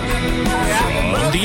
From the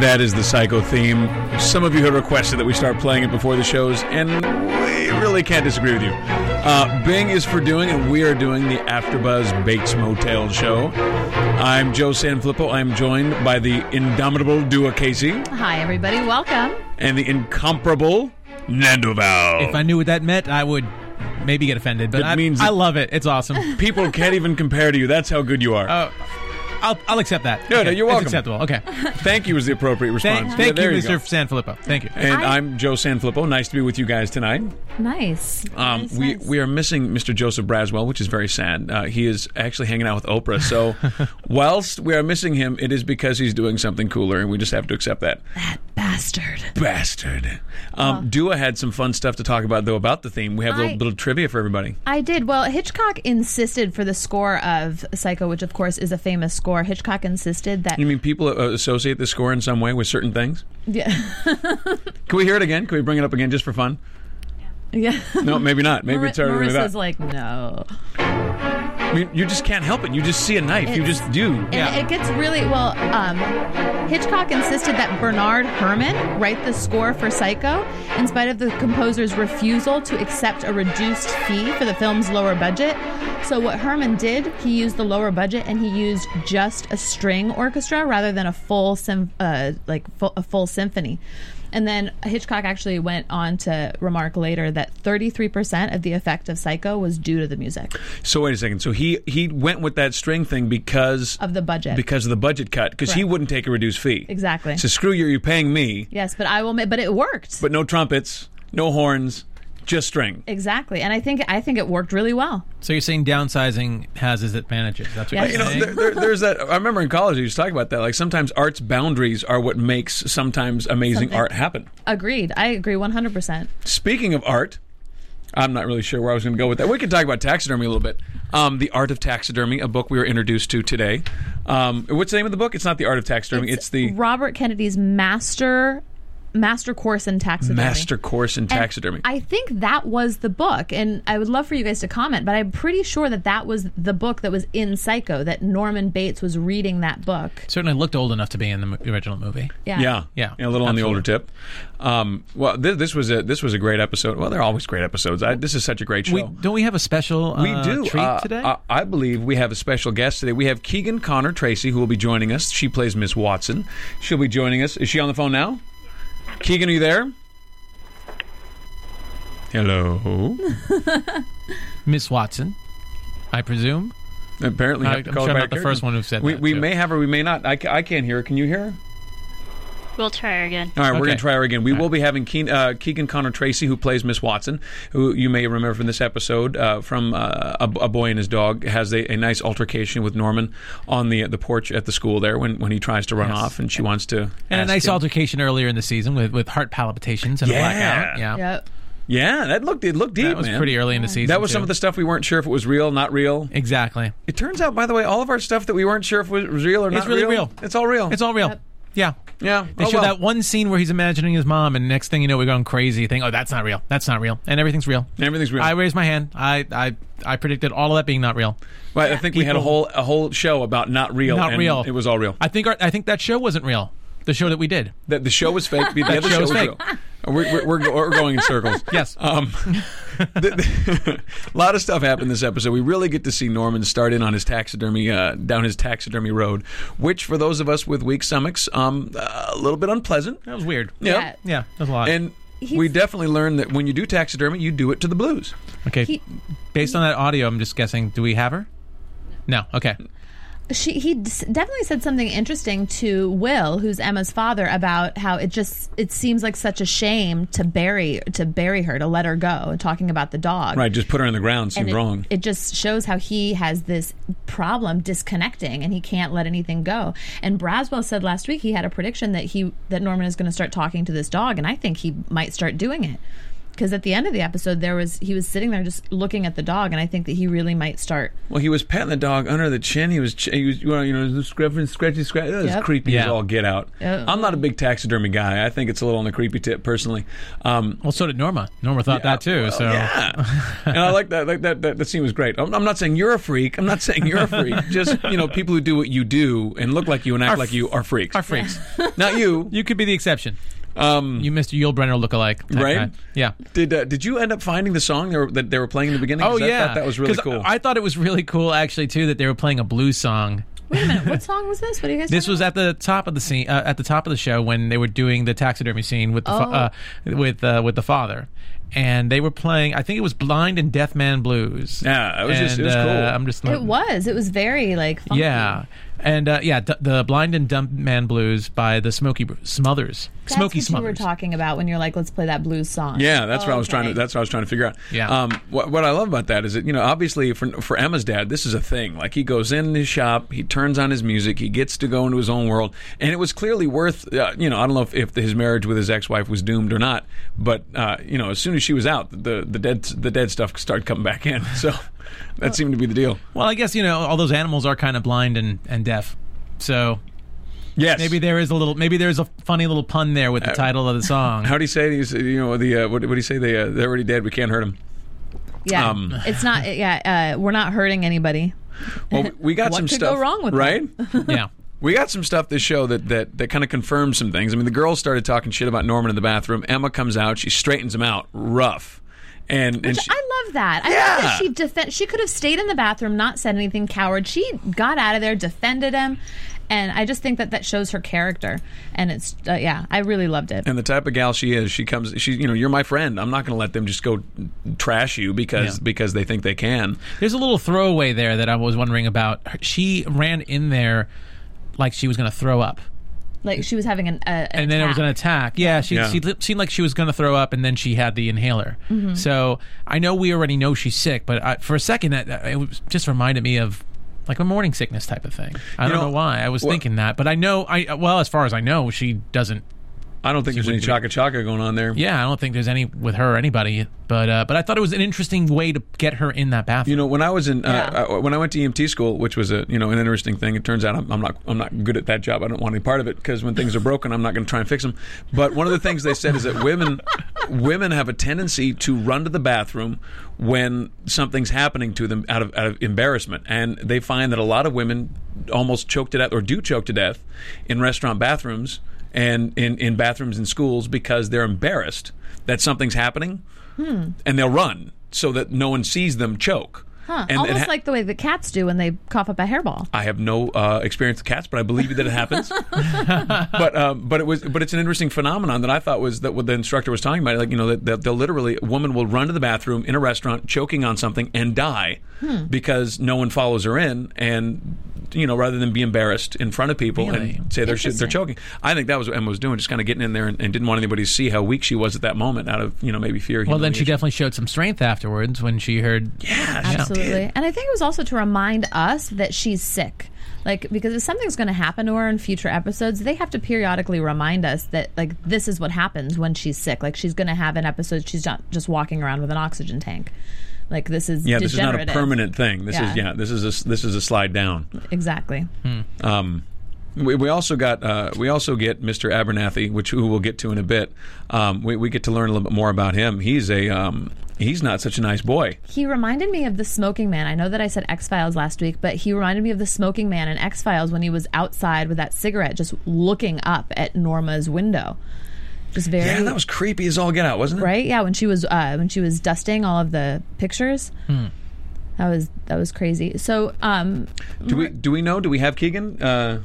That is the psycho theme. Some of you have requested that we start playing it before the shows, and we really can't disagree with you. Uh, Bing is for doing, and we are doing the AfterBuzz Bates Motel show. I'm Joe Sanfilippo. I'm joined by the indomitable Dua Casey Hi, everybody. Welcome. and the incomparable Nando Val. If I knew what that meant, I would maybe get offended. But That I, means I it- love it. It's awesome. People can't even compare to you. That's how good you are. Oh. I'll, I'll accept that. No, no, you're welcome. It's acceptable. Okay. thank you is the appropriate response. Thank, Yeah, thank you, there go. Mr. Sanfilippo. Thank you. And I- I'm Joe Sanfilippo. Nice to be with you guys tonight. Nice. Um, we we are missing Mr. Joseph Braswell, which is very sad. Uh, he is actually hanging out with Oprah. So, whilst we are missing him, it is because he's doing something cooler, and we just have to accept that. Bastard. Bastard. Um, Dua had some fun stuff to talk about though about the theme. We have a little, I- little trivia for everybody. I did. Well, Hitchcock insisted for the score of Psycho, which, of course, is a famous score. Hitchcock insisted that. You mean people uh, associate the score in some way with certain things? Yeah. Can we hear it again? Can we bring it up again just for fun? yeah. No, maybe not. Maybe it's already really Marissa's bad. like, no. I mean, you just can't help it. You just see a knife. you It's- just do. And it gets really well. Um, Hitchcock insisted that Bernard Herrmann write the score for Psycho, in spite of the composer's refusal to accept a reduced fee for the film's lower budget. So what Herrmann did, he used the lower budget and he used just a string orchestra rather than a full sym- uh, like fu- a full symphony. And then Hitchcock actually went on to remark later that 33% of the effect of Psycho was due to the music So wait a second. So he he went with that string thing because of the budget. because of the budget cut because he Correct. wouldn't take a reduced fee. Exactly. So screw you, you're paying me, yes, but I will. Ma- but it worked. but no trumpets, no horns, just string. Exactly, and I think I think it worked really well. So you're saying downsizing has its advantages. That's what Yeah. you're You know, saying. there, there, there's that. I remember in college you used to talk about that. Like sometimes art's boundaries are what makes sometimes amazing Something. art happen. Agreed. I agree one hundred percent. Speaking of art, I'm not really sure where I was going to go with that. We could talk about taxidermy a little bit. Um, the Art of Taxidermy, a book we were introduced to today. Um, what's the name of the book? It's not the Art of Taxidermy. It's, the Robert Kennedy's master master course in taxidermy. Master Course in And Taxidermy. I think that was the book, and I would love for you guys to comment. But I'm pretty sure that that was the book that was in Psycho. That Norman Bates was reading that book. Certainly looked old enough to be in the mo- original movie. Yeah. Yeah, Yeah, a little on the older tip. Um, well, this, this was a this was a great episode. Well, they're always great episodes. I, this is such a great show. We, don't we have a special uh, We do treat Uh, today? I, I believe we have a special guest today. We have Keegan Connor Tracy, who will be joining us. She plays Miss Watson. She'll be joining us. Is she on the phone now? Keegan, are you there? Hello. Miss Watson, I presume. Apparently, I- have to I'm call sure her I'm back not the here. first one who said we, that, We too. may have her. We may not. I, ca- I can't hear her. Can you hear her? We'll try her again. All right, we're Okay. going to try her again. We will be having Keen, uh, Keegan Connor Tracy, who plays Miss Watson, who you may remember from this episode uh, from uh, a, a Boy and His Dog, has a, a nice altercation with Norman on the the porch at the school there when, when he tries to run off and she wants to. And a ask nice him. altercation earlier in the season with, with heart palpitations and a Yeah. blackout. Yeah. Yep. Yeah, that looked it looked deep. That was man. pretty early in the season. That was too. some of the stuff we weren't sure if it was real, not real. Exactly. It turns out, by the way, all of our stuff that we weren't sure if was was real or not It's really real. It's all real. It's all real. Yeah. yeah. They oh, show well. that one scene where he's imagining his mom, and next thing you know, we're going crazy. Think, oh, that's not real. That's not real, and everything's real. Everything's real. I raised my hand. I, I, I predicted all of that being not real. Well, I think we had a whole people- a whole show about not real. Not and real. It was all real. I think, our, I think that show wasn't real. The show that we did. that the show was fake. The other show show was was fake. real. We're, we're, we're, go- we're going in circles. Yes. Um, the- the- a lot of stuff happened this episode. We really get to see Norman start in on his taxidermy, uh, down his taxidermy road, which for those of us with weak stomachs, um, a little bit unpleasant. That was weird. Yeah. Yeah. Yeah, that's a lot. And he's- we definitely learned that when you do taxidermy, you do it to the blues. Okay. He- Based on that audio, I'm just guessing. Do we have her? No. Okay. she he d- definitely said something interesting to Will, who's Emma's father, about how it just it seems like such a shame to bury to bury her to let her go. Talking about the dog, Right, just put her on the ground And seemed it, wrong. it just shows how he has this problem disconnecting, and he can't let anything go. And Braswell said last week he had a prediction that he that Norman is going to start talking to this dog, and I think he might start doing it because at the end of the episode there was he was sitting there just looking at the dog, and I think that he really might start. well, he was patting the dog under the chin. He was, ch- he was you know, you know scratching, scratchy, scratch. That was Yep. creepy as Yeah. all get out. Yeah. I'm not a big taxidermy guy. I think it's a little on the creepy tip, personally. Um, Well, so did Norma. Norma thought that too. so Yeah, and I like that. Like that, that. That scene was great. I'm, I'm not saying you're a freak. I'm not saying you're a freak. Just you know, people who do what you do and look like you and act Are like you are freaks. our freaks. not you. you could be the exception. Um, You Mr. Yulbrenner look-alike, type Right? guy. Yeah. did uh, did you end up finding the song they were, that they were playing in the beginning? 'Cause Oh I yeah, thought that was really 'Cause cool. I thought it was really cool actually too that they were playing a blues song. Wait a minute, what song was this? What do you guys? This talking was about? at the top of the scene, uh, at the top of the show when they were doing the taxidermy scene with the Oh. fa- uh, with uh, with the father, and they were playing. I think it was "Blind and Deaf Man Blues." Yeah, it was just- it And, was cool. uh, I'm just It was. It was very like. Funky. Yeah, and uh, yeah, d- the "Blind and Dumb Man Blues" by the Smoky Bru- Smothers. That's Smoky what you were Smothers. talking about when you're like, let's play that blues song. yeah, that's what I was Okay. trying to. That's what I was trying to figure out. Yeah. Um, what, what I love about that is that you know, obviously for for Emma's dad, this is a thing. Like he goes in his shop, he turns on his music, he gets to go into his own world, and it was clearly worth. Uh, you know, I don't know if, if his marriage with his ex wife was doomed or not, but uh, you know, as soon as she was out, the the dead the dead stuff started coming back in. So that seemed to be the deal. well, I guess you know all those animals are kind of blind and, and deaf, so Yes. maybe there is a little, maybe there is a funny little pun there Uh, with the title of the song. How do you say? it? He's, you know, the uh, what, what do you say? They uh, they're already dead. We can't hurt them. Yeah. Um. it's not. Yeah. Uh, we're not hurting anybody. Well, we got What some could go stuff wrong with right. yeah. We got some stuff this show that that, that kind of confirms some things. I mean, the girls started talking shit about Norman in the bathroom. Emma comes out, she straightens him out, rough, and and she, I love that. I love that she defend. She could have stayed in the bathroom, not said anything, cowered. She got out of there, defended him, and I just think that that shows her character. And it's uh, yeah, I really loved it. and the type of gal she is, she comes, she you know, you're my friend. I'm not going to let them just go trash you because Yeah. because they think they can. There's a little throwaway there that I was wondering about. Her- She ran in there like she was going to throw up. Like she was having an. Uh, an And then it was an attack. attack. Yeah, she, Yeah. she li- seemed like she was going to throw up, and then she had the inhaler. So I know we already know she's sick, but I, for a second, that that- it was, just reminded me of like a morning sickness type of thing. I don't know, know why I was wha- thinking that, but I know I well as far as I know, she doesn't. I don't think there's any chaka chaka going on there. Yeah, I don't think there's any with her or anybody. But uh, but I thought it was an interesting way to get her in that bathroom. You know, when I was in uh, Yeah. uh, when I went to EMT school, which was a you know an interesting thing. It turns out I'm, I'm not I'm not good at that job. I don't want any part of it because when things are broken, I'm not going to try and fix them. But one of the things they said is that women women have a tendency to run to the bathroom when something's happening to them out of out of embarrassment, and they find that a lot of women almost choke to death or do choke to death in restaurant bathrooms and in, in bathrooms in schools because they're embarrassed that something's happening and they'll run so that no one sees them choke. Huh, And it almost ha- like the way the cats do when they cough up a hairball. I have no uh, experience with cats, but I believe that it happens. but um, but it was but it's an interesting phenomenon that I thought was that what the instructor was talking about. Like you know that, that they'll literally a woman will run to the bathroom in a restaurant choking on something and die Hmm. because no one follows her in and you know rather than be embarrassed in front of people Really? and say they're sh- they're choking. I think that was what Emma was doing, just kind of getting in there and, and didn't want anybody to see how weak she was at that moment out of you know maybe fear. well, then she humiliation. definitely showed some strength afterwards when she heard. Yeah, she Absolutely. did. And I think it was also to remind us that she's sick. Like, because if something's going to happen to her in future episodes, they have to periodically remind us that, like, this is what happens when she's sick. Like, she's going to have an episode, she's not just walking around with an oxygen tank. Like, this is Yeah, this is not a degenerative. permanent thing. This is Yeah. yeah, this is a, s- this is a slide down. Exactly. Um, we, we also got uh, we also get Mr. Abernathy, which who we'll get to in a bit. Um, we, we get to learn a little bit more about him. He's a um, he's not such a nice boy. He reminded me of the smoking man. I know that I said X Files last week, but he reminded me of the smoking man in X Files when he was outside with that cigarette, just looking up at Norma's window. Just very. Yeah, that was creepy as all get out, wasn't it? right? Yeah, when she was uh, when she was dusting all of the pictures. That was that was crazy. So um, Do we do we know? Do we have Keegan? Uh,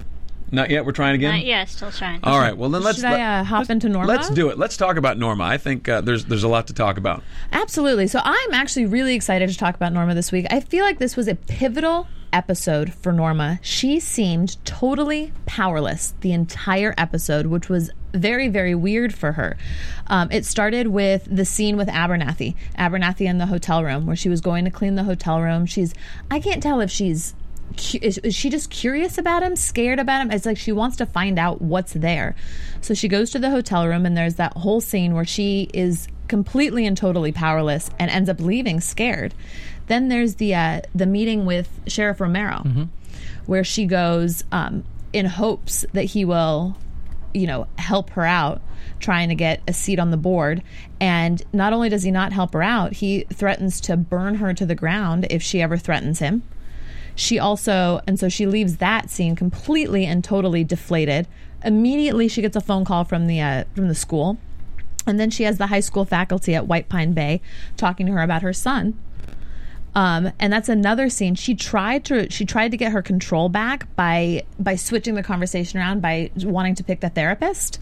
Not yet. We're trying again. Not yet, still trying. All right. Well, then let's Should I uh, hop into Norma? let's do it. Let's talk about Norma. I think uh, there's there's a lot to talk about. Absolutely. So I'm actually really excited to talk about Norma this week. I feel like this was a pivotal episode for Norma. She seemed totally powerless the entire episode, which was very, very weird for her. Um, it started with the scene with Abernathy, Abernathy in the hotel room, where she was going to clean the hotel room. She's, I can't tell if she's cu- is, is she just curious about him, scared about him? It's like she wants to find out what's there. So she goes to the hotel room, and there's that whole scene where she is completely and totally powerless and ends up leaving scared. Then there's the uh, the meeting with Sheriff Romero, where she goes um, in hopes that he will you know, help her out, trying to get a seat on the board. And not only does he not help her out, he threatens to burn her to the ground if she ever threatens him. She also, and so she leaves that scene completely and totally deflated. Immediately, she gets a phone call from the uh, from the school, and then she has the high school faculty at White Pine Bay talking to her about her son. Um, and that's another scene. She tried to she tried to get her control back by by switching the conversation around by wanting to pick the therapist.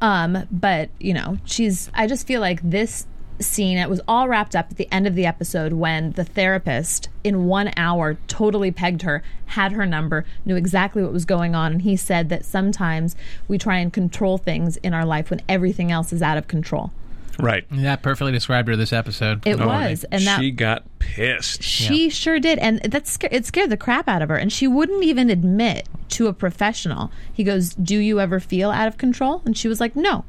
Um, but you know, she's. I just feel like this scene. It was all wrapped up at the end of the episode when the therapist, in one hour, totally pegged her, had her number, knew exactly what was going on, and he said that sometimes we try and control things in our life when everything else is out of control. Right. That perfectly described her this episode. It was, and that she got pissed. She sure did, and that sca- it scared the crap out of her. And she wouldn't even admit to a professional. He goes, "Do you ever feel out of control?" And she was like, "No,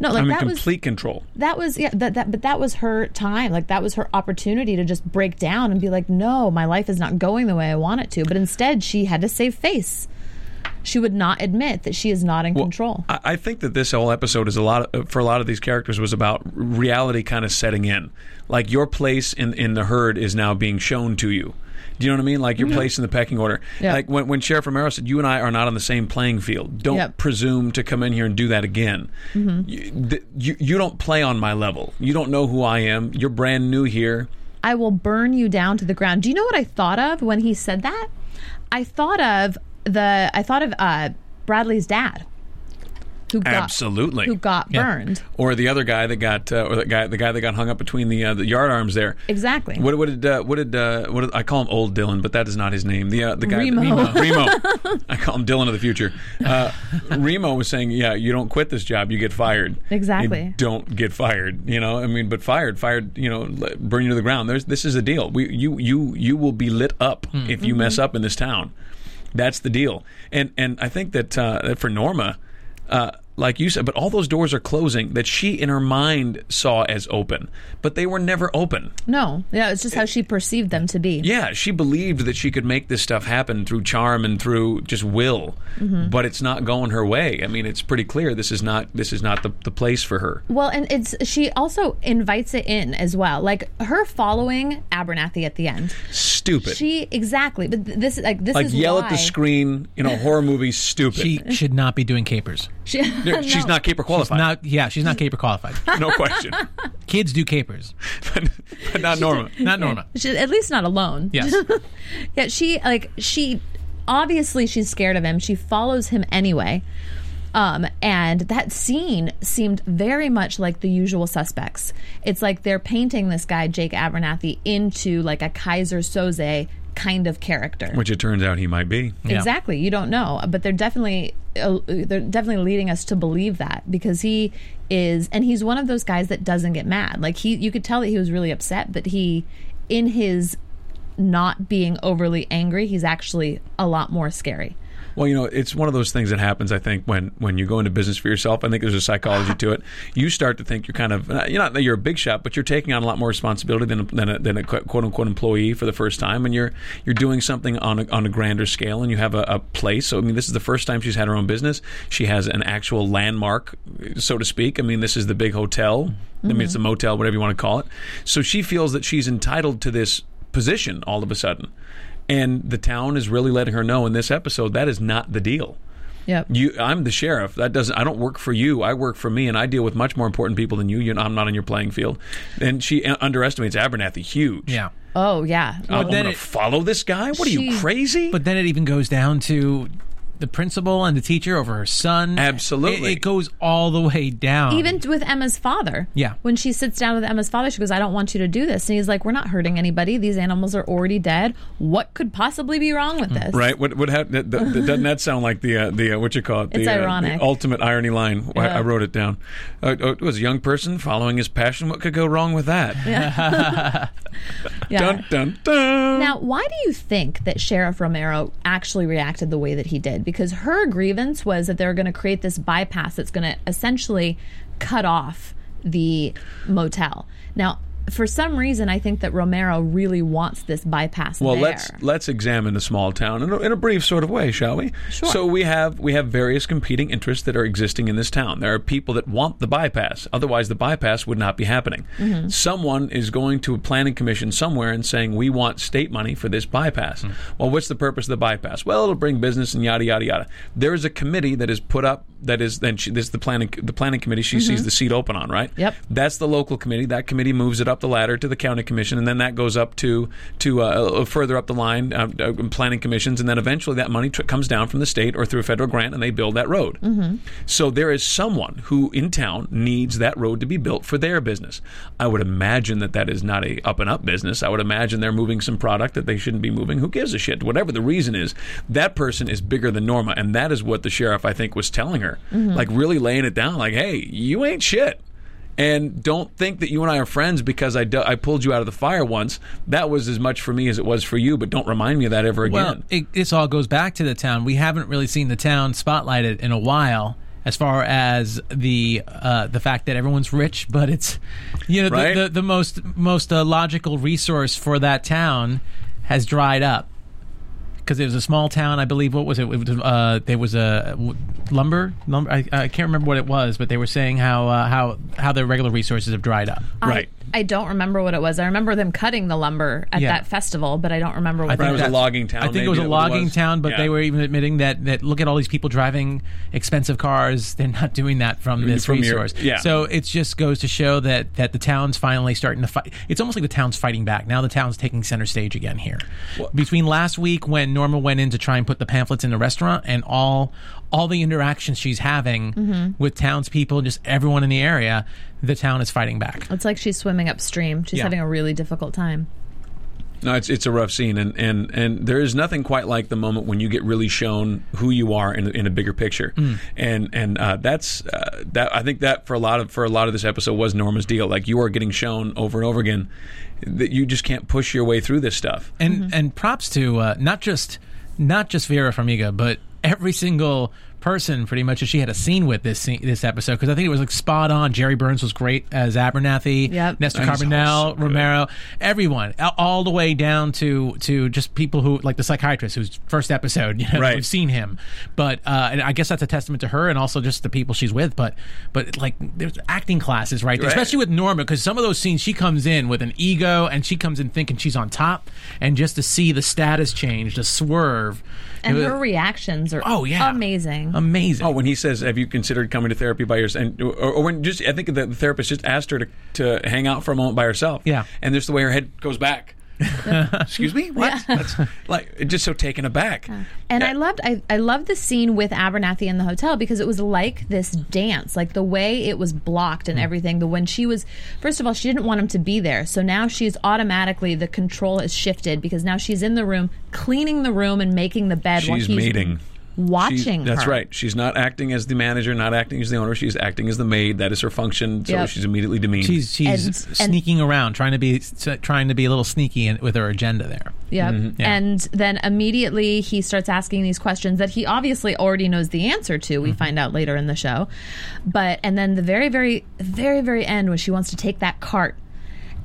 no." Like I'm in that was complete control. that was yeah that, that but that was her time. Like that was her opportunity to just break down and be like, "No, my life is not going the way I want it to." But instead, she had to save face. She would not admit that she is not in Well, control. I, I think that this whole episode is a lot of, for a lot of these characters was about reality kind of setting in. Like your place in in the herd is now being shown to you. Do you know what I mean? Like your place in the pecking order. Mm-hmm. Yeah. Like when, when Sheriff Romero said, "You and I are not on the same playing field. Don't Yep. presume to come in here and do that again. Mm-hmm. You, th- you you don't play on my level. You don't know who I am. You're brand new here. I will burn you down to the ground. Do you know what I thought of when he said that? I thought of the I thought of uh, Bradley's dad, who got, Absolutely. who got Yeah. burned. Or the other guy that got, uh, or the guy, the guy that got hung up between the uh, the yard arms there. Exactly. What, what did uh, what did uh, what did, I call him? Old Dylan, but that is not his name. The uh, the guy Remo. Remo. Remo. I call him Dylan of the future. Uh, Remo was saying, "Yeah, you don't quit this job, you get fired." Exactly. You don't get fired. You know, I mean, but fired, fired. You know, l- burn you to the ground. There's this is a deal. We you you you will be lit up Hmm. if you Mm-hmm. mess up in this town. That's the deal. And and I think that uh, that for Norma. Uh, like you said, but all those doors are closing that she in her mind saw as open, but they were never open. No, yeah, it's just how she perceived them to be. Yeah, she believed that she could make this stuff happen through charm and through just will, Mm-hmm. but it's not going her way. I mean, it's pretty clear this is not this is not the, the place for her. Well, and it's she also invites it in as well, like her following Abernathy at the end. Stupid. She exactly, but th- this is like this like is yell why. at the screen in a horror movie. Stupid. She should not be doing capers. She, No, She's not caper qualified. Not yeah, she's not caper qualified. no question. Kids do capers, but not Norma. not Norma. She, at least not alone. Yes. yeah, she like she obviously she's scared of him. She follows him anyway. Um, and that scene seemed very much like the usual suspects. It's like they're painting this guy, Jake Abernathy, into like a Kaiser Soze kind of character. Which it turns out he might be. Yeah. Exactly. You don't know, but they're definitely uh, they're definitely leading us to believe that because he is, and he's one of those guys that doesn't get mad. Like he, you could tell that he was really upset, but he, in his not being overly angry, he's actually a lot more scary. Well, you know, it's one of those things that happens. I think when when you go into business for yourself, I think there's a psychology to it. You start to think you're kind of uh, you're not that you're a big shot, but you're taking on a lot more responsibility than a, than a, than a qu- quote unquote employee for the first time, and you're you're doing something on a, on a grander scale, and you have a, a place. So I mean, this is the first time she's had her own business. She has an actual landmark, so to speak. I mean, this is the big hotel. I mean, it's a motel, whatever you want to call it. So she feels that she's entitled to this position all of a sudden. And the town is really letting her know in this episode that is not the deal. Yep. You, I'm the sheriff. That doesn't. I don't work for you. I work for me, and I deal with much more important people than you. you I'm not on your playing field. And she uh, underestimates Abernathy. Huge. Yeah. Oh yeah. I'm then going to it- follow this guy. What are you She- crazy? But then it even goes down to the principal and the teacher over her son. Absolutely. It, it goes all the way down. Even with Emma's father. Yeah. When she sits down with Emma's father, she goes, I don't want you to do this. And he's like, We're not hurting anybody. These animals are already dead. What could possibly be wrong with this? Right? What what hap- that, that, that- doesn't that sound like the uh, the uh, what you call it? The, It's uh, the ironic. ultimate irony line. I- I, Yeah. wrote it down. Uh, uh, it was a young person following his passion. What could go wrong with that? Yeah. Dun dun dun. Mm-hmm. Now, why do you think that Sheriff Romero actually reacted the way that he did? Because her grievance was that they were going to create this bypass that's going to essentially cut off the motel. Now, for some reason, I think that Romero really wants this bypass. Well, there. let's let's examine the small town in a, in a brief sort of way, shall we? Sure. So we have we have various competing interests that are existing in this town. There are people that want the bypass; otherwise, the bypass would not be happening. Mm-hmm. Someone is going to a planning commission somewhere and saying, "We want state money for this bypass." Well, what's the purpose of the bypass? Well, it'll bring business and yada yada yada. There is a committee that is put up that is then she, this is the planning the planning committee she sees the seat open on, right? Mm-hmm. Yep. That's the local committee. That committee moves it up the ladder to the county commission, and then that goes up to to uh, further up the line, uh, uh, planning commissions, and then eventually that money tr- comes down from the state or through a federal grant, and they build that road. Mm-hmm. So there is someone who in town needs that road to be built for their business. I would imagine that that is not a up and up business. I would imagine they're moving some product that they shouldn't be moving. Who gives a shit? Whatever the reason is, that person is bigger than Norma, and that is what the sheriff I think was telling her, like really laying it down, like, hey, you ain't shit and don't think that you and I are friends because I, do- I pulled you out of the fire once. That was as much for me as it was for you, but don't remind me of that ever Well, again. it, this all goes back to the town. We haven't really seen the town spotlighted in a while. As far as the uh, the fact that everyone's rich, but it's you know Right. the, the, the most most uh, logical resource for that town has dried up because it was a small town. I believe what was it? it was, uh, there was a w- lumber lumber. I, I can't remember what it was, but they were saying how uh, how how their regular resources have dried up. right. I don't remember what it was. I remember them cutting the lumber at Yeah. that festival, but I don't remember what think Right, it was a that's- logging town. I think it was a maybe logging town, but Yeah. they were even admitting that that look at all these people driving expensive cars. They're not doing that from this From your- resource. yeah. So it just goes to show that that the town's finally starting to fight. It's almost like the town's fighting back. Now the town's taking center stage again here. Between last week when Norma went in to try and put the pamphlets in the restaurant and all all the interactions she's having with townspeople and just everyone in the area, the town is fighting back. It's like she's swimming upstream. She's Yeah. having a really difficult time. No, it's it's a rough scene, and, and, and there is nothing quite like the moment when you get really shown who you are in, in a bigger picture, Hmm. and and uh, that's uh, that I think that for a lot of for a lot of this episode was Norma's deal. Like you are getting shown over and over again that you just can't push your way through this stuff. and and props to uh, not just not just Vera Farmiga, but every single person pretty much that she had a scene with this scene, this episode because I think it was like spot on. Jerry Burns was great as Abernathy, Yep. Nestor And he's also Carbonell, good. Romero, everyone, a- all the way down to to just people who like the psychiatrist whose first episode you know, Right. we've seen him. But uh, and I guess that's a testament to her and also just the people she's with. But but like there's acting classes right there, Right. especially with Norma because some of those scenes she comes in with an ego and she comes in thinking she's on top, and just to see the status change, the swerve, And it was- her reactions are oh yeah, amazing. amazing. Oh, when he says, "Have you considered coming to therapy by yourself?" And, or, or when just I think the therapist just asked her to, to hang out for a moment by herself. Yeah. and there's the way her head goes back. Excuse me, what? That's like just so taken aback. And I loved I, I loved the scene with Abernathy in the hotel because it was like this dance, like the way it was blocked Hmm. and everything. The when she was first of all, she didn't want him to be there. So now she's automatically the control has shifted because now she's in the room cleaning the room and making the bed while She's he's meeting. She- watching that's her. right. She's not acting as the manager, not acting as the owner. She's acting as the maid. That is her function. So Yep. she's immediately demeaned. She's she's And- and- sneaking around, trying to be trying to be a little sneaky in, with her agenda there. Yep. Mm-hmm. Yeah. And then immediately he starts asking these questions that he obviously already knows the answer to. Mm-hmm. We find out later in the show. But and then the very very very very end when she wants to take that cart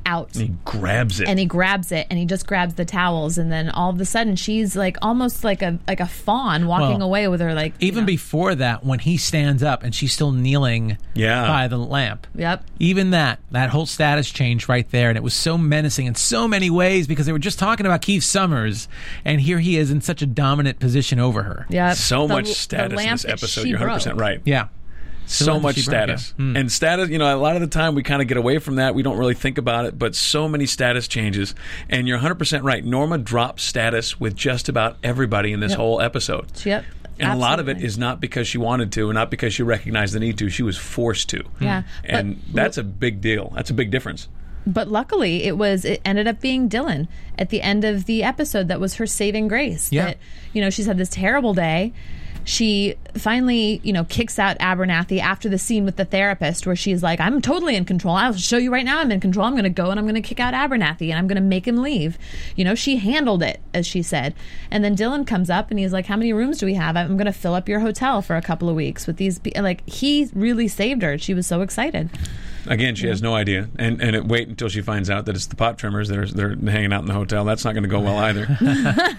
out he grabs it. and he grabs it and he just grabs the towels and then all of a sudden she's like almost like a like a fawn walking Well, away with her like you Even know. before that, when he stands up and she's still kneeling Yeah. by the lamp. Yep. Even that, that whole status change right there. And it was so menacing in so many ways because they were just talking about Keith Summers. And here he is in such a dominant position over her. Yep. so The- much the status in lamp this that episode. she You're 100 broke. right. Yeah. so much much she burned, yeah. Hmm. status and status you know a lot of the time we kind of get away from that we don't really think about it but so many status changes and you're 100% right norma drops status with just about everybody in this whole episode Yep. And a lot of it Absolutely. is not because she wanted to and not because she recognized the need to. She was forced to. Yeah, but- And that's a big deal. That's a big difference. But luckily, it was it ended up being Dylan at the end of the episode that was her saving grace. Yeah. That, you know, she's had this terrible day. She finally, you know, kicks out Abernathy after the scene with the therapist where she's like, I'm totally in control. I'll show you right now I'm in control. I'm going to go and I'm going to kick out Abernathy and I'm going to make him leave. You know, she handled it, as she said. And then Dylan comes up and he's like, How many rooms do we have? I'm going to fill up your hotel for a couple of weeks with these. Be-. Like, he really saved her. She was so excited. Again, she Mm-hmm. has no idea, and and it, wait until she finds out that it's the pot trimmers that are they're hanging out in the hotel. That's not going to go well either.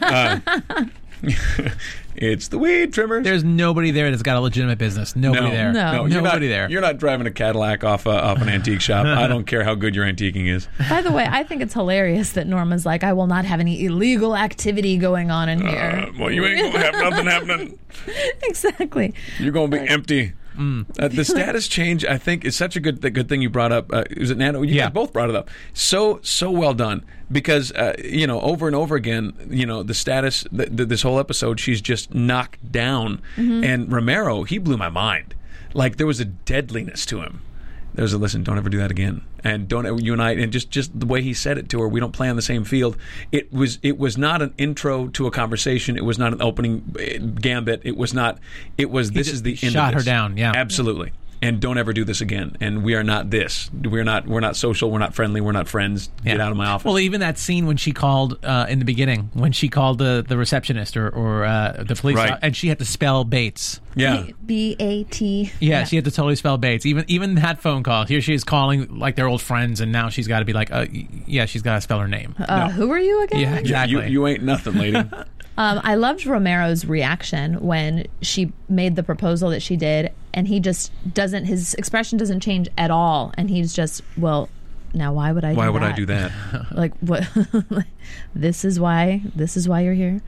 Uh, it's the weed trimmers. There's nobody there that's got a legitimate business. Nobody there. No. you're not- Nobody there. You're not driving a Cadillac off uh, off an antique shop. I don't care how good your antiquing is. By the way, I think it's hilarious that Norma's like, I will not have any illegal activity going on in here. Uh, well, you ain't gonna have nothing happening. exactly. You're gonna be empty. Uh, the status change, I think, is such a good the good thing you brought up. Uh, is it Nano? You Yeah. guys both brought it up. So so well done because uh, you know over and over again, you know the status. Th- th- this whole episode, she's just knocked down. And Romero, he blew my mind. Like there was a deadliness to him. There was a listen. Don't ever do that again. And don't you and I and just just the way he said it to her. We don't play on the same field. It was it was not an intro to a conversation. It was not an opening eh, gambit. It was not. It was this just is the end. shot of her this. down, yeah. absolutely. And don't ever do this again. And we are not this. We're not. We're not social. We're not friendly. We're not friends. Get Yeah. out of my office. Well, even that scene when she called uh, in the beginning, when she called the, the receptionist or, or uh, the police, Right. and she had to spell Bates. yeah. B A T. Yeah, she had to totally spell Bates. Even even that phone call, here she is calling like their old friends, and now she's got to be like, uh, y- yeah, she's got to spell her name. Uh, Who are you again? yeah, Yeah, exactly. You, you ain't nothing, lady. Um, I loved Romero's reaction when she made the proposal that she did, and he just doesn't, his expression doesn't change at all. And he's just, well, now why would I Why do would that? I do that? Like, what? this is why, this is why you're here.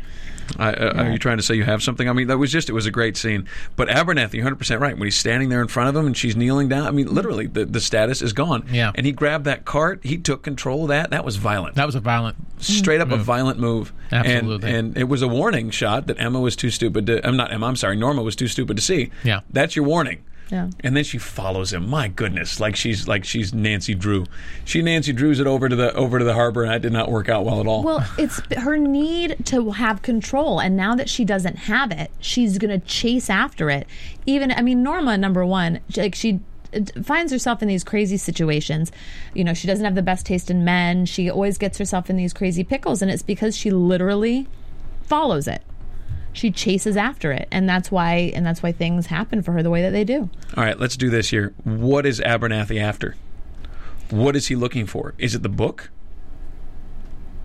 I, uh, Are you trying to say you have something? I mean, that was just, it was a great scene. But Abernathy, you're 100% right. When he's standing there in front of him and she's kneeling down, I mean, literally, the, the status is gone. Yeah. And he grabbed that cart, he took control of that. That was violent. that was a violent. Straight up a violent move. And- Absolutely. And, it was a warning shot that Emma was too stupid to, I'm not Emma, I'm sorry, Norma was too stupid to see. Yeah. That's your warning. Yeah. And then she follows him. My goodness, like she's like she's Nancy Drew. She Nancy Drews it over to the over to the harbor, and that did not work out well at all. Well, it's b- her need to have control, and now that she doesn't have it, she's gonna chase after it. Even, I mean, Norma, number one, sh- like she uh, d- finds herself in these crazy situations. You know, she doesn't have the best taste in men. She always gets herself in these crazy pickles, and it's because she literally follows it. She chases after it, and that's why, and that's why things happen for her the way that they do. All right, let's do this here. What is Abernathy after? What is he looking for? Is it the book?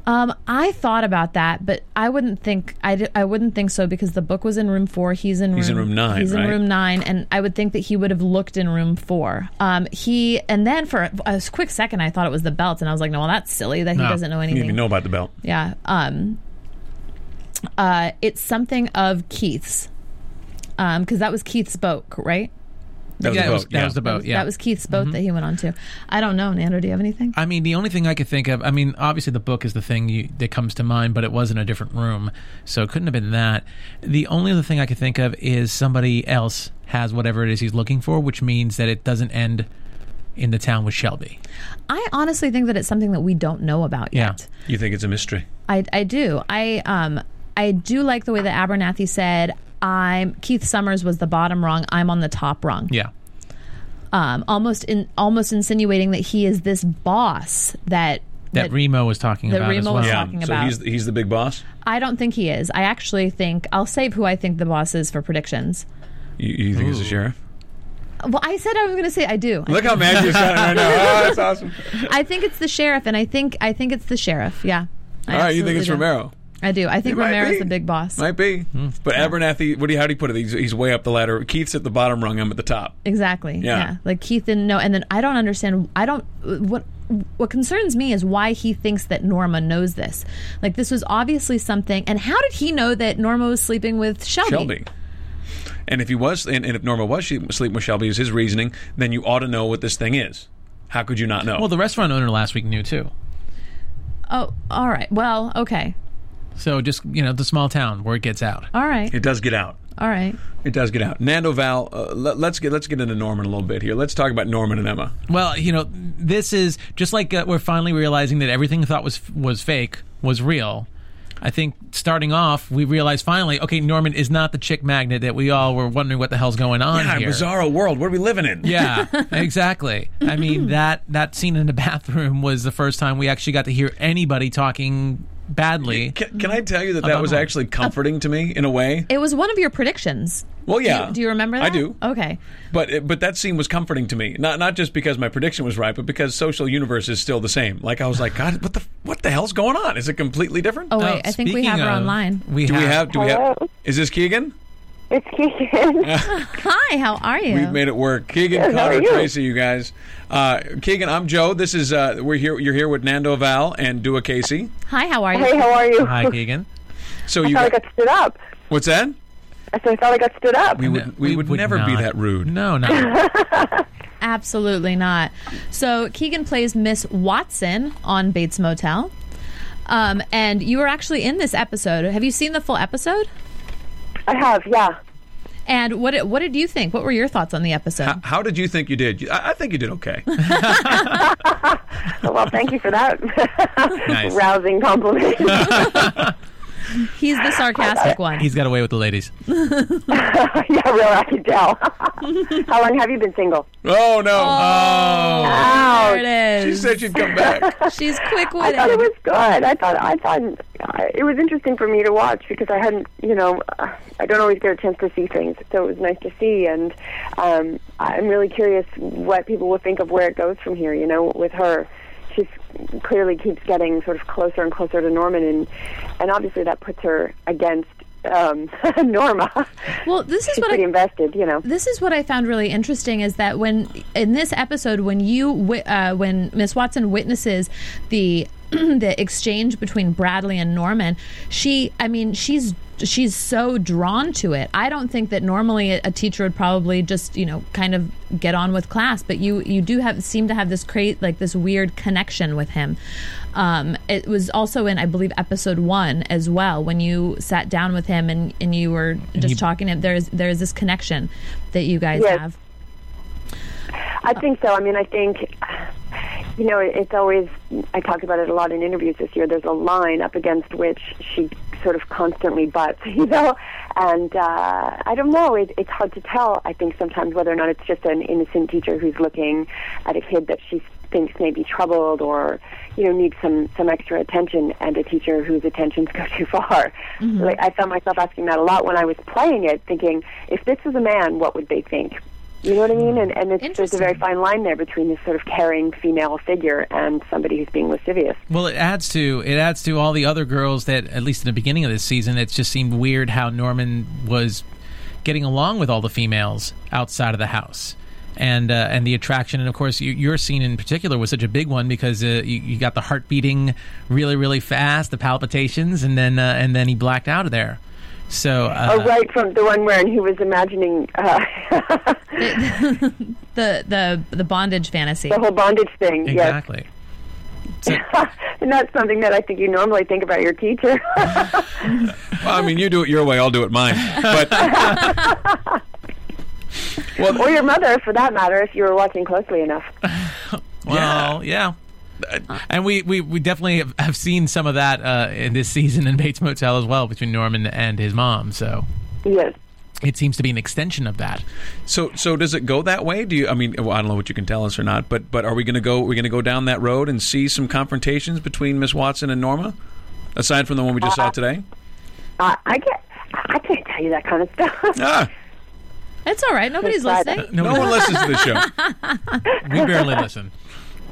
Um, I thought about that, but I wouldn't think I, d- I wouldn't think so because the book was in room four. He's in room. He's in room nine, He's in right? room nine, and I would think that he would have looked in room four. Um, he and then for a, a quick second, I thought it was the belt, and I was like, no, well, that's silly that he No. doesn't know You anything. didn't even know about the belt. Yeah. Um, uh, it's something of Keith's, um, because that was Keith's boat, right? That was yeah, the it boat. was, that Oh, yeah. Mm-hmm. was the boat. Yeah, That was Keith's boat that he went on to. I don't know, Nando. Do you have anything? I mean, the only thing I could think of, I mean, obviously the book is the thing you, that comes to mind, but it was in a different room, so it couldn't have been that. The only other thing I could think of is somebody else has whatever it is he's looking for, which means that it doesn't end in the town with Shelby. I honestly think that it's something that we don't know about Yeah. yet. You think it's a mystery? I, I do. I um I do like the way that Abernathy said I'm Keith Summers was the bottom wrong. I'm on the top wrong. Yeah. Um, almost in almost insinuating that he is this boss that That, Remo was talking that about as Remo well. was Talking so about- he's he's the big boss. I don't think he is. I actually think I'll save who I think the boss is for predictions. You, you think he's the sheriff? Well, I said I was going to say I do. Look how mad you got right now. Oh, that's awesome. I think it's the sheriff, and I think I think it's the sheriff. Yeah. I All right, you think absolutely it's do. Romero? I do. I think It might Romero's be. the big boss. Might be, Hmm. but Abernathy. What do you, how do you put it? He's, he's way up the ladder. Keith's at the bottom rung. I'm at the top. Exactly. Yeah. Yeah. Like Keith didn't know, and then I don't understand. I don't. What What concerns me is why he thinks that Norma knows this. Like this was obviously something. And how did he know that Norma was sleeping with Shelby? Shelby. And if he was, and, and if Norma was she- sleeping with Shelby, is his reasoning, then you ought to know what this thing is. How could you not know? Well, the restaurant owner last week knew too. Oh, all right. Well, okay. So just you know the small town where it gets out. All right. It does get out. All right. It does get out. Nando Val, uh, let, let's get let's get into Norman a little bit here. Let's talk about Norman and Emma. Well, you know, this is just like uh, we're finally realizing that everything we thought was was fake was real. I think starting off, we realized finally, okay, Norman is not the chick magnet that we all were wondering what the hell's going on Yeah, here. bizarro world. What are we living in? Yeah, exactly. I mean that that scene in the bathroom was the first time we actually got to hear anybody talking badly. Can, can I tell you that that About was Norman. actually comforting to me in a way? It was one of your predictions. Well, Do you- yeah. Do you remember that? I do. Okay. But but that scene was comforting to me. Not not just because my prediction was right, but because social universe is still the same. Like I was like, God, what the what the hell's going on? Is it completely different? Oh, wait. I think we speaking have her of- online. We do have, we have? Do we have? Hello? Is this Keegan? It's Keegan. Hi, how are you? We've made it work. Keegan, Good, how Connor, are you? Tracy, you guys. Uh, Keegan, I'm Joe. This is uh, we're here. You're here with Nando Val and Dua Casey. Hi, how are you? hey, how are you? Hi, Keegan. So I you thought I got- got stood up. what's that? I said I thought I got stood up. We would we, would, never be not. that rude. No, no. Absolutely not. So Keegan plays Miss Watson on Bates Motel. Um, and you were actually in this episode. Have you seen the full episode? I have, yeah. And what did, what did you think? What were your thoughts on the episode? How did you think you did? You- I, I think you did okay. Oh, Well, thank you for that Nice. rousing compliment. He's the sarcastic one. He's got away with the ladies. yeah, real, I can tell. How long have you been single? Oh no! Oh. Wow, there it She is. said she'd come back. She's I thought it quick-witted. was good. I thought I thought I, it was interesting for me to watch because I hadn't, you know, uh, I don't always get a chance to see things, so it was nice to see. And um, I'm really curious what people will think of where it goes from here. You know, with her, she clearly keeps getting sort of closer and closer to Norman, and and obviously that puts her against um, Norma. Well, this is She's what pretty I invested, you know. this is what I found really interesting is that when in this episode, when you wi- uh, when Miss Watson witnesses the the exchange between Bradley and Norman, she I mean she's she's so drawn to it. I don't think that normally a, a teacher would probably just you know kind of get on with class, but you you do have seem to have this create like this weird connection with him. Um, it was also in I believe episode one as well when you sat down with him and and you were just talking. to him. There's there's this connection that you guys Yes. have. I think so. I mean, I think, you know, it's always, I talked about it a lot in interviews this year. There's a line up against which she sort of constantly butts, you know? And uh, I don't know. It, it's hard to tell, I think, sometimes whether or not it's just an innocent teacher who's looking at a kid that she thinks may be troubled or, you know, needs some, some extra attention and a teacher whose attentions go too far. Like, I found myself asking that a lot when I was playing it, thinking, if this was a man, what would they think? You know what I mean? And, and it's, there's a very Interesting. fine line there between this sort of caring female figure and somebody who's being lascivious. Well, it adds to it adds to all the other girls that at least in the beginning of this season, it just seemed weird how Norman was getting along with all the females outside of the house. And, uh, and the attraction, and of course, you, your scene in particular was such a big one because uh, you, you got the heart beating really, really fast, the palpitations, and then uh, and then he blacked out of there. So, uh, oh, right from the one where he was imagining uh, The the the bondage fantasy. the whole bondage thing. exactly. Yes. and that's something that I think you normally think about your teacher. Well, I mean, you do it your way, I'll do it mine. But or your mother, for that matter, if you were watching closely enough. Well, yeah. And we, we, we definitely have, have seen some of that uh, in this season in Bates Motel as well between Norman and his mom. So Yes. it seems to be an extension of that. so so does it go that way? Do you? I mean, well, I don't know what you can tell us or not. But but are we going to go? We're going to go down that road and see some confrontations between Miss Watson and Norma, aside from the one we just saw today. Uh, I get. I can't tell you that kind of stuff. Ah, It's all right. Nobody's It's bad. listening. no one listens to the show. We barely listen.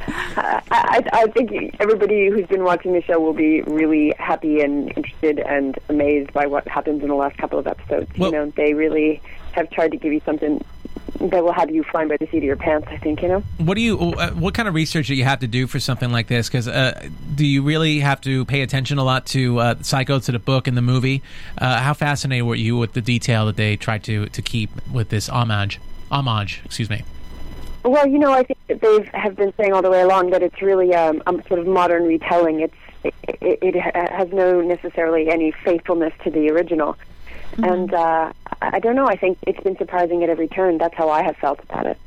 I, I I think everybody who's been watching the show will be really happy and interested and amazed by what happens in the last couple of episodes. Well- you know, they really have tried to give you something that will have you flying by the seat of your pants. I think you know. What do you? uh, What kind of research do you have to do for something like this? Because uh, do you really have to pay attention a lot to uh, Psycho, to the book and the movie? Uh, how fascinated were you with the detail that they tried to to keep with this homage? Homage, excuse me. Well, you know, I think that they have been saying all the way along that it's really um, a sort of modern retelling. It's it, it, it ha- has no necessarily any faithfulness to the original. And uh, I- I don't know. I think it's been surprising at every turn. That's how I have felt about it.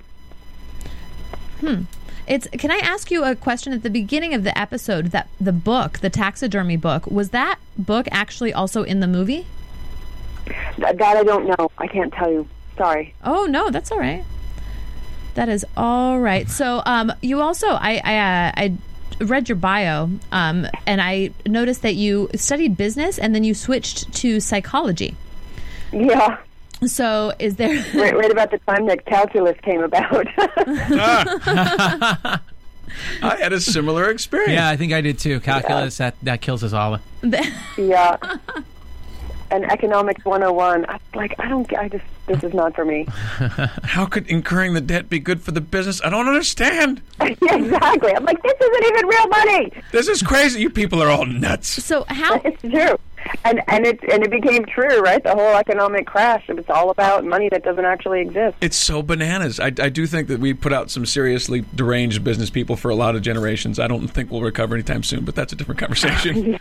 It's. Can I ask you a question at the beginning of the episode? That the book, the taxidermy book, was that book actually also in the movie? Th- that I don't know. I can't tell you. Sorry. Oh no, that's all right. That is all right. So, um, you also, I, I, uh, I read your bio, um, and I noticed that you studied business and then you switched to psychology. Yeah. So, is there? Right, right about the time that calculus came about. I had a similar experience. Yeah, I think I did too. Calculus that that kills us all. yeah. And uh, economics 101. I was like, I don't. I just. This is not for me. How could incurring the debt be good for the business? I don't understand. yeah, exactly. I'm like, this isn't even real money. This is crazy. You people are all nuts. so how? It's true. And and it and it became true, right? The whole economic crash. It was all about money that doesn't actually exist. It's so bananas. I, I do think that we put out some seriously deranged business people for a lot of generations. I don't think we'll recover anytime soon, but that's a different conversation.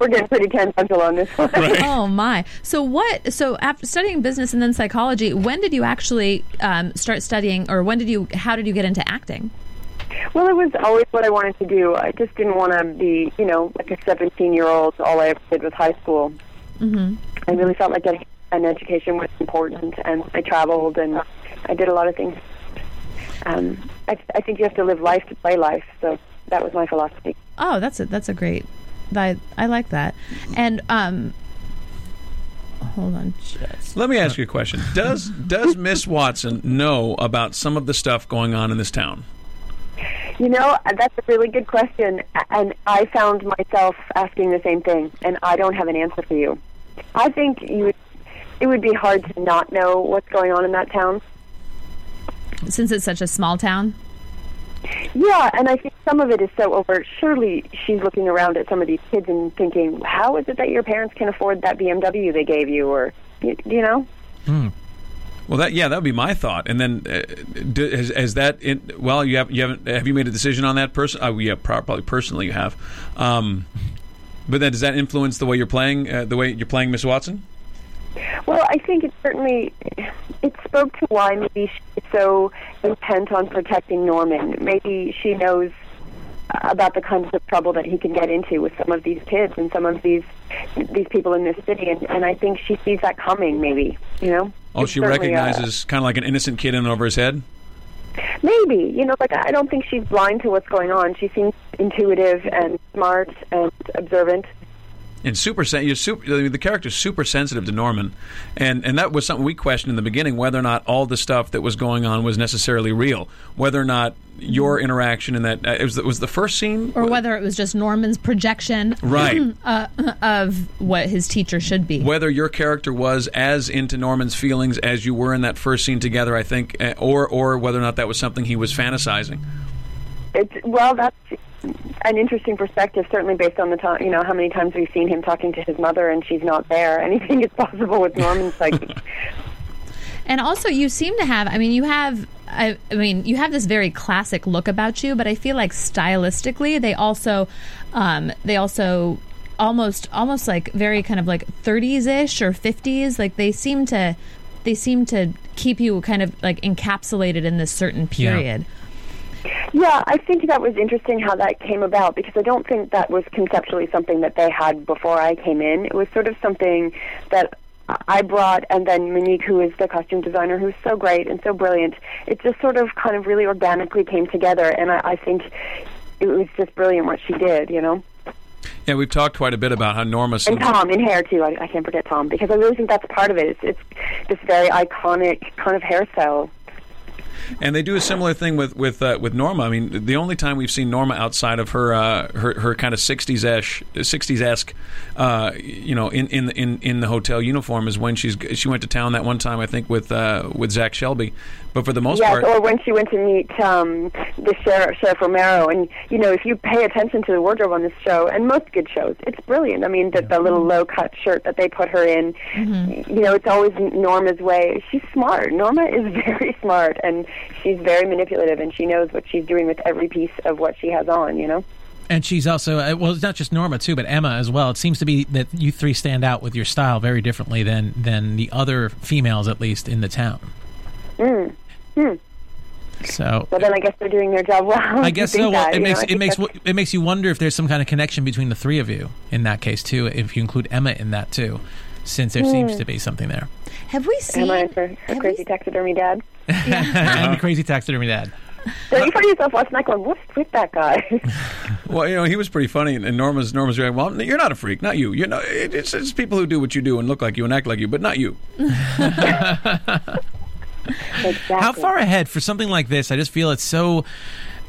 We're getting pretty tangential on this one. Oh my! So what? So after studying business and then psychology, when did you actually um, start studying, or when did you? How did you get into acting? Well, it was always what I wanted to do. I just didn't want to be, you know, like a 17 year old. All I ever did was high school. Mm-hmm. I really felt like getting an education was important, and I traveled and I did a lot of things. Um, I, I think you have to live life to play life, so that was my philosophy. Oh, that's a that's a great. I I like that. And um, hold on. Just, Let me ask you a question. Does does Miss Watson know about some of the stuff going on in this town? You know, that's a really good question, a- and I found myself asking the same thing, and I don't have an answer for you. I think you would, it would be hard to not know what's going on in that town. since it's such a small town. Yeah, and I think some of it is so overt. Surely she's looking around at some of these kids and thinking, how is it that your parents can afford that BMW they gave you? Or, you, you know? Well, that yeah, that would be my thought. And then, uh, do, has, has that in, well, you have you haven't have you made a decision on that person? Uh, yeah, pro- probably personally you have. Um, but then, does that influence the way you're playing? Uh, the way you're playing Miss Watson? Well, I think it certainly it spoke to why maybe she's so intent on protecting Norman. Maybe she knows about the kinds of trouble that he can get into with some of these kids and some of these these people in this city, and, and I think she sees that coming. Maybe you know. Oh, It's she certainly, uh, recognizes kind of like an innocent kid in over his head. maybe you know, like I don't think she's blind to what's going on. She seems intuitive and smart and observant. and super sen- you're super I mean, the character's super sensitive to Norman and and that was something we questioned in the beginning whether or not all the stuff that was going on was necessarily real whether or not your interaction in that uh, it was it was the first scene Or uh, whether it was just Norman's projection right of what his teacher should be. whether your character was as into Norman's feelings as you were in that first scene together I think uh, or or whether or not that was something he was fantasizing It's well, that's an interesting perspective. Certainly, based on the time, you know, how many times we've seen him talking to his mother and she's not there. Anything is possible with Norman's psyche. And also, you seem to have, I mean, you have, I, I mean, you have this very classic look about you, but I feel like stylistically, they also, um, they also almost, almost like very kind of like 30s ish or 50s. Like they seem to, they seem to keep you kind of like encapsulated in this certain period. Yeah, I think that was interesting how that came about because I don't think that was conceptually something that they had before I came in. It was sort of something that I brought, and then Monique, who is the costume designer, who's so great and so brilliant, it just sort of kind of really organically came together, and I, I think it was just brilliant what she did, you know? yeah we've talked quite a bit about how Norma And Tom in hair too. I, I can't forget Tom because I really think that's part of it. It's, it's this very iconic kind of hairstyle. And they do a similar thing with with uh, with Norma. I mean, the only time we've seen Norma outside of her uh, her, her kind of sixties ish sixties esque, uh, you know, in, in in in the hotel uniform is when she's she went to town that one time I think with uh, with Zach Shelby. But for the most Yes, part, or when she went to meet um, the sheriff, Sheriff Romero, and you know, if you pay attention to the wardrobe on this show, and most good shows, it's brilliant. I mean, the, the little low-cut shirt that they put her in, Mm-hmm. you know, it's always Norma's way. She's smart. Norma is very smart, and she's very manipulative, and she knows what she's doing with every piece of what she has on. You know. And she's also uh, well, it's not just Norma too, but Emma as well. It seems to be that you three stand out with your style very differently than than the other females, at least in the town. Mm. Hmm. So Well, then I guess they're doing their job well. I You guess think so. Well, that, it you know, makes I it think makes that's- it makes you wonder if there's some kind of connection between the three of you in that case too, if you include Emma in that too, since Hmm. there seems to be something there. Have we Am seen? I for, for have crazy we, taxidermy dad? and the crazy taxidermy dad. So you find yourself last night going, "What's with that guy?" Well, you know, he was pretty funny, and and Norma's Norma's react. Well, you're not a freak, not you. You know, it, it's it's people who do what you do and look like you and act like you, but not you. exactly. How far ahead for something like this? I just feel it's so.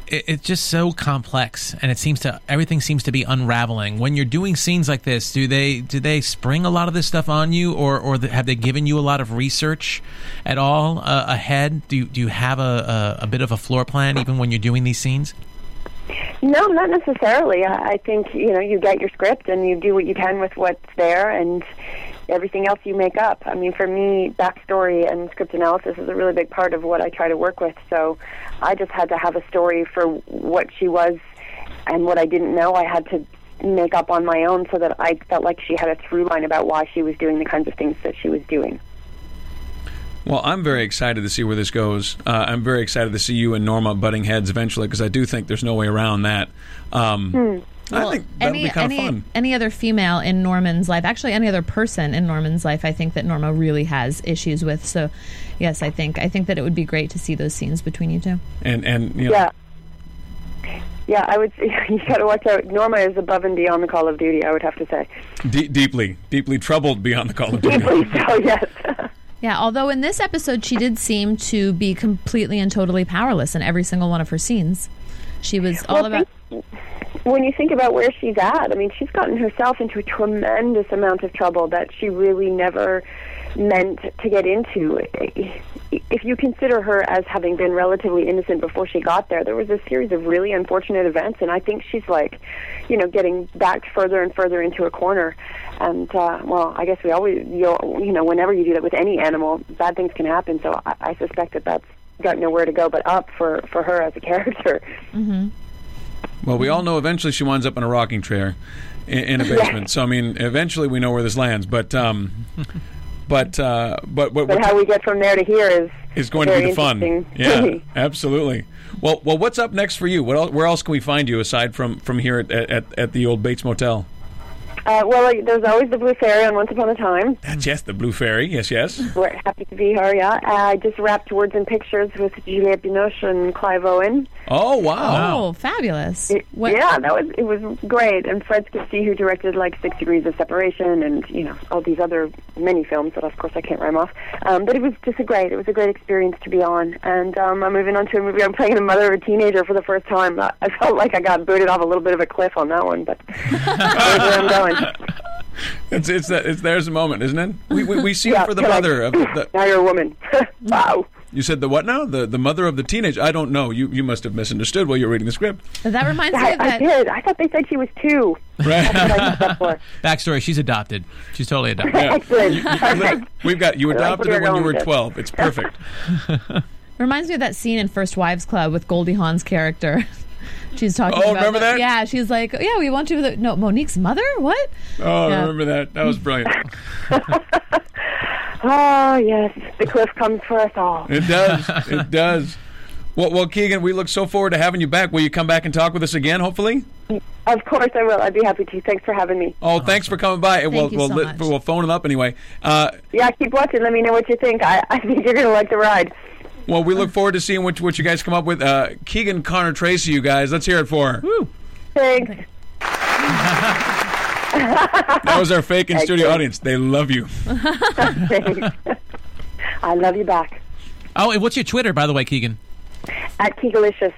it- It's just so complex, and it seems to everything seems to be unraveling. When you're doing scenes like this, do they do they spring a lot of this stuff on you, or or th- have they given you a lot of research at all uh, ahead? Do you, do you have a, a a bit of a floor plan even when you're doing these scenes? No, not necessarily. I I think you know you get your script and you do what you can with what's there, and everything else you make up. I mean, for me, backstory and script analysis is a really big part of what I try to work with. So I just had to have a story for what she was and what I didn't know. I had to make up on my own so that I felt like she had a through line about why she was doing the kinds of things that she was doing. Well, I'm very excited to see where this goes. Uh, I'm very excited to see you and Norma butting heads eventually because I do think there's no way around that. Um, Hmm. I think that would be kind any, of fun. any other female in Norman's life, actually any other person in Norman's life, I think that Norma really has issues with. So, yes, I think I think that it would be great to see those scenes between you two. And and you know, Yeah. Yeah, I would. You got to watch out. Norma is above and beyond the Call of Duty. I would have to say. de- deeply, deeply troubled beyond the call of duty. Deeply so, yes. Yeah, although in this episode she did seem to be completely and totally powerless in every single one of her scenes. She was all Well, about think- when you think about where she's at, I mean, she's gotten herself into a tremendous amount of trouble that she really never meant to get into. If you consider her as having been relatively innocent before she got there, there was a series of really unfortunate events, and I think she's like, you know, getting backed further and further into a corner. And uh, well, I guess we always, you'll, you know, whenever you do that with any animal, bad things can happen. So I, I suspect that that's got nowhere to go but up for for her as a character. Well, we all know eventually she winds up in a rocking chair in, in a basement. So I mean, eventually we know where this lands. But um, but uh, but what But how we get from there to here is is going to be very the fun. Yeah, interesting. absolutely. Well, well, what's up next for you? What el where else can we find you aside from from here at at, at the old Bates Motel? uh, well, like, there's always the Blue Fairy on Once Upon a Time. That's yes, the Blue Fairy. Yes, yes. We're happy to be here. Yeah, uh, I just wrapped Words and Pictures with Juliette Binoche and Clive Owen. Oh wow. Oh, fabulous. It- Yeah, that was it was great. And Fred Skipsey, who directed like Six Degrees of Separation and you know all these other many films that of course I can't rhyme off. Um, but it was just a great. It was a great experience to be on. And um, I'm moving on to a movie. I'm playing the mother of a teenager for the first time. I I felt like I got booted off a little bit of a cliff on that one, but that's where I'm going. It's it's that it's there's a moment, isn't it? We we, we see it Yeah, for the correct. mother of the, Now you're a woman. wow. you said the what now? The the mother of the teenage. I don't know. You you must have misunderstood while you were reading the script. that reminds me I, of I that. did. I thought they said she was two. Right. That's what I thought for. Backstory: She's adopted. She's totally adopted. Excellent. Perfect. We've got you like adopted where her when you you're were going with this. 12. It's perfect. Reminds me of that scene in First Wives Club with Goldie Hawn's character. she's talking. Oh, about remember that? Yeah, she's like, yeah, we want you. The, no, Monique's mother. What? Oh, I Yeah. remember that. That was brilliant. Oh, yes. The cliff comes for us all. It does. It does. Well, well, Keegan, we look so forward to having you back. Will you come back and talk with us again, hopefully? Of course I will. I'd be happy to. Thanks for having me. Oh, thanks for coming by. And we'll, you we'll, so li- much. we'll phone it up anyway. Uh, Yeah, keep watching. Let me know what you think. I, I think you're going to like the ride. well, we look forward to seeing what, what you guys come up with. Uh, Keegan Connor Tracy, you guys, let's hear it for her. Thanks. That was our fake in studio audience. They love you. Thanks. I love you back. Oh, and what's your Twitter, by the way, Keegan? At Keegalicious.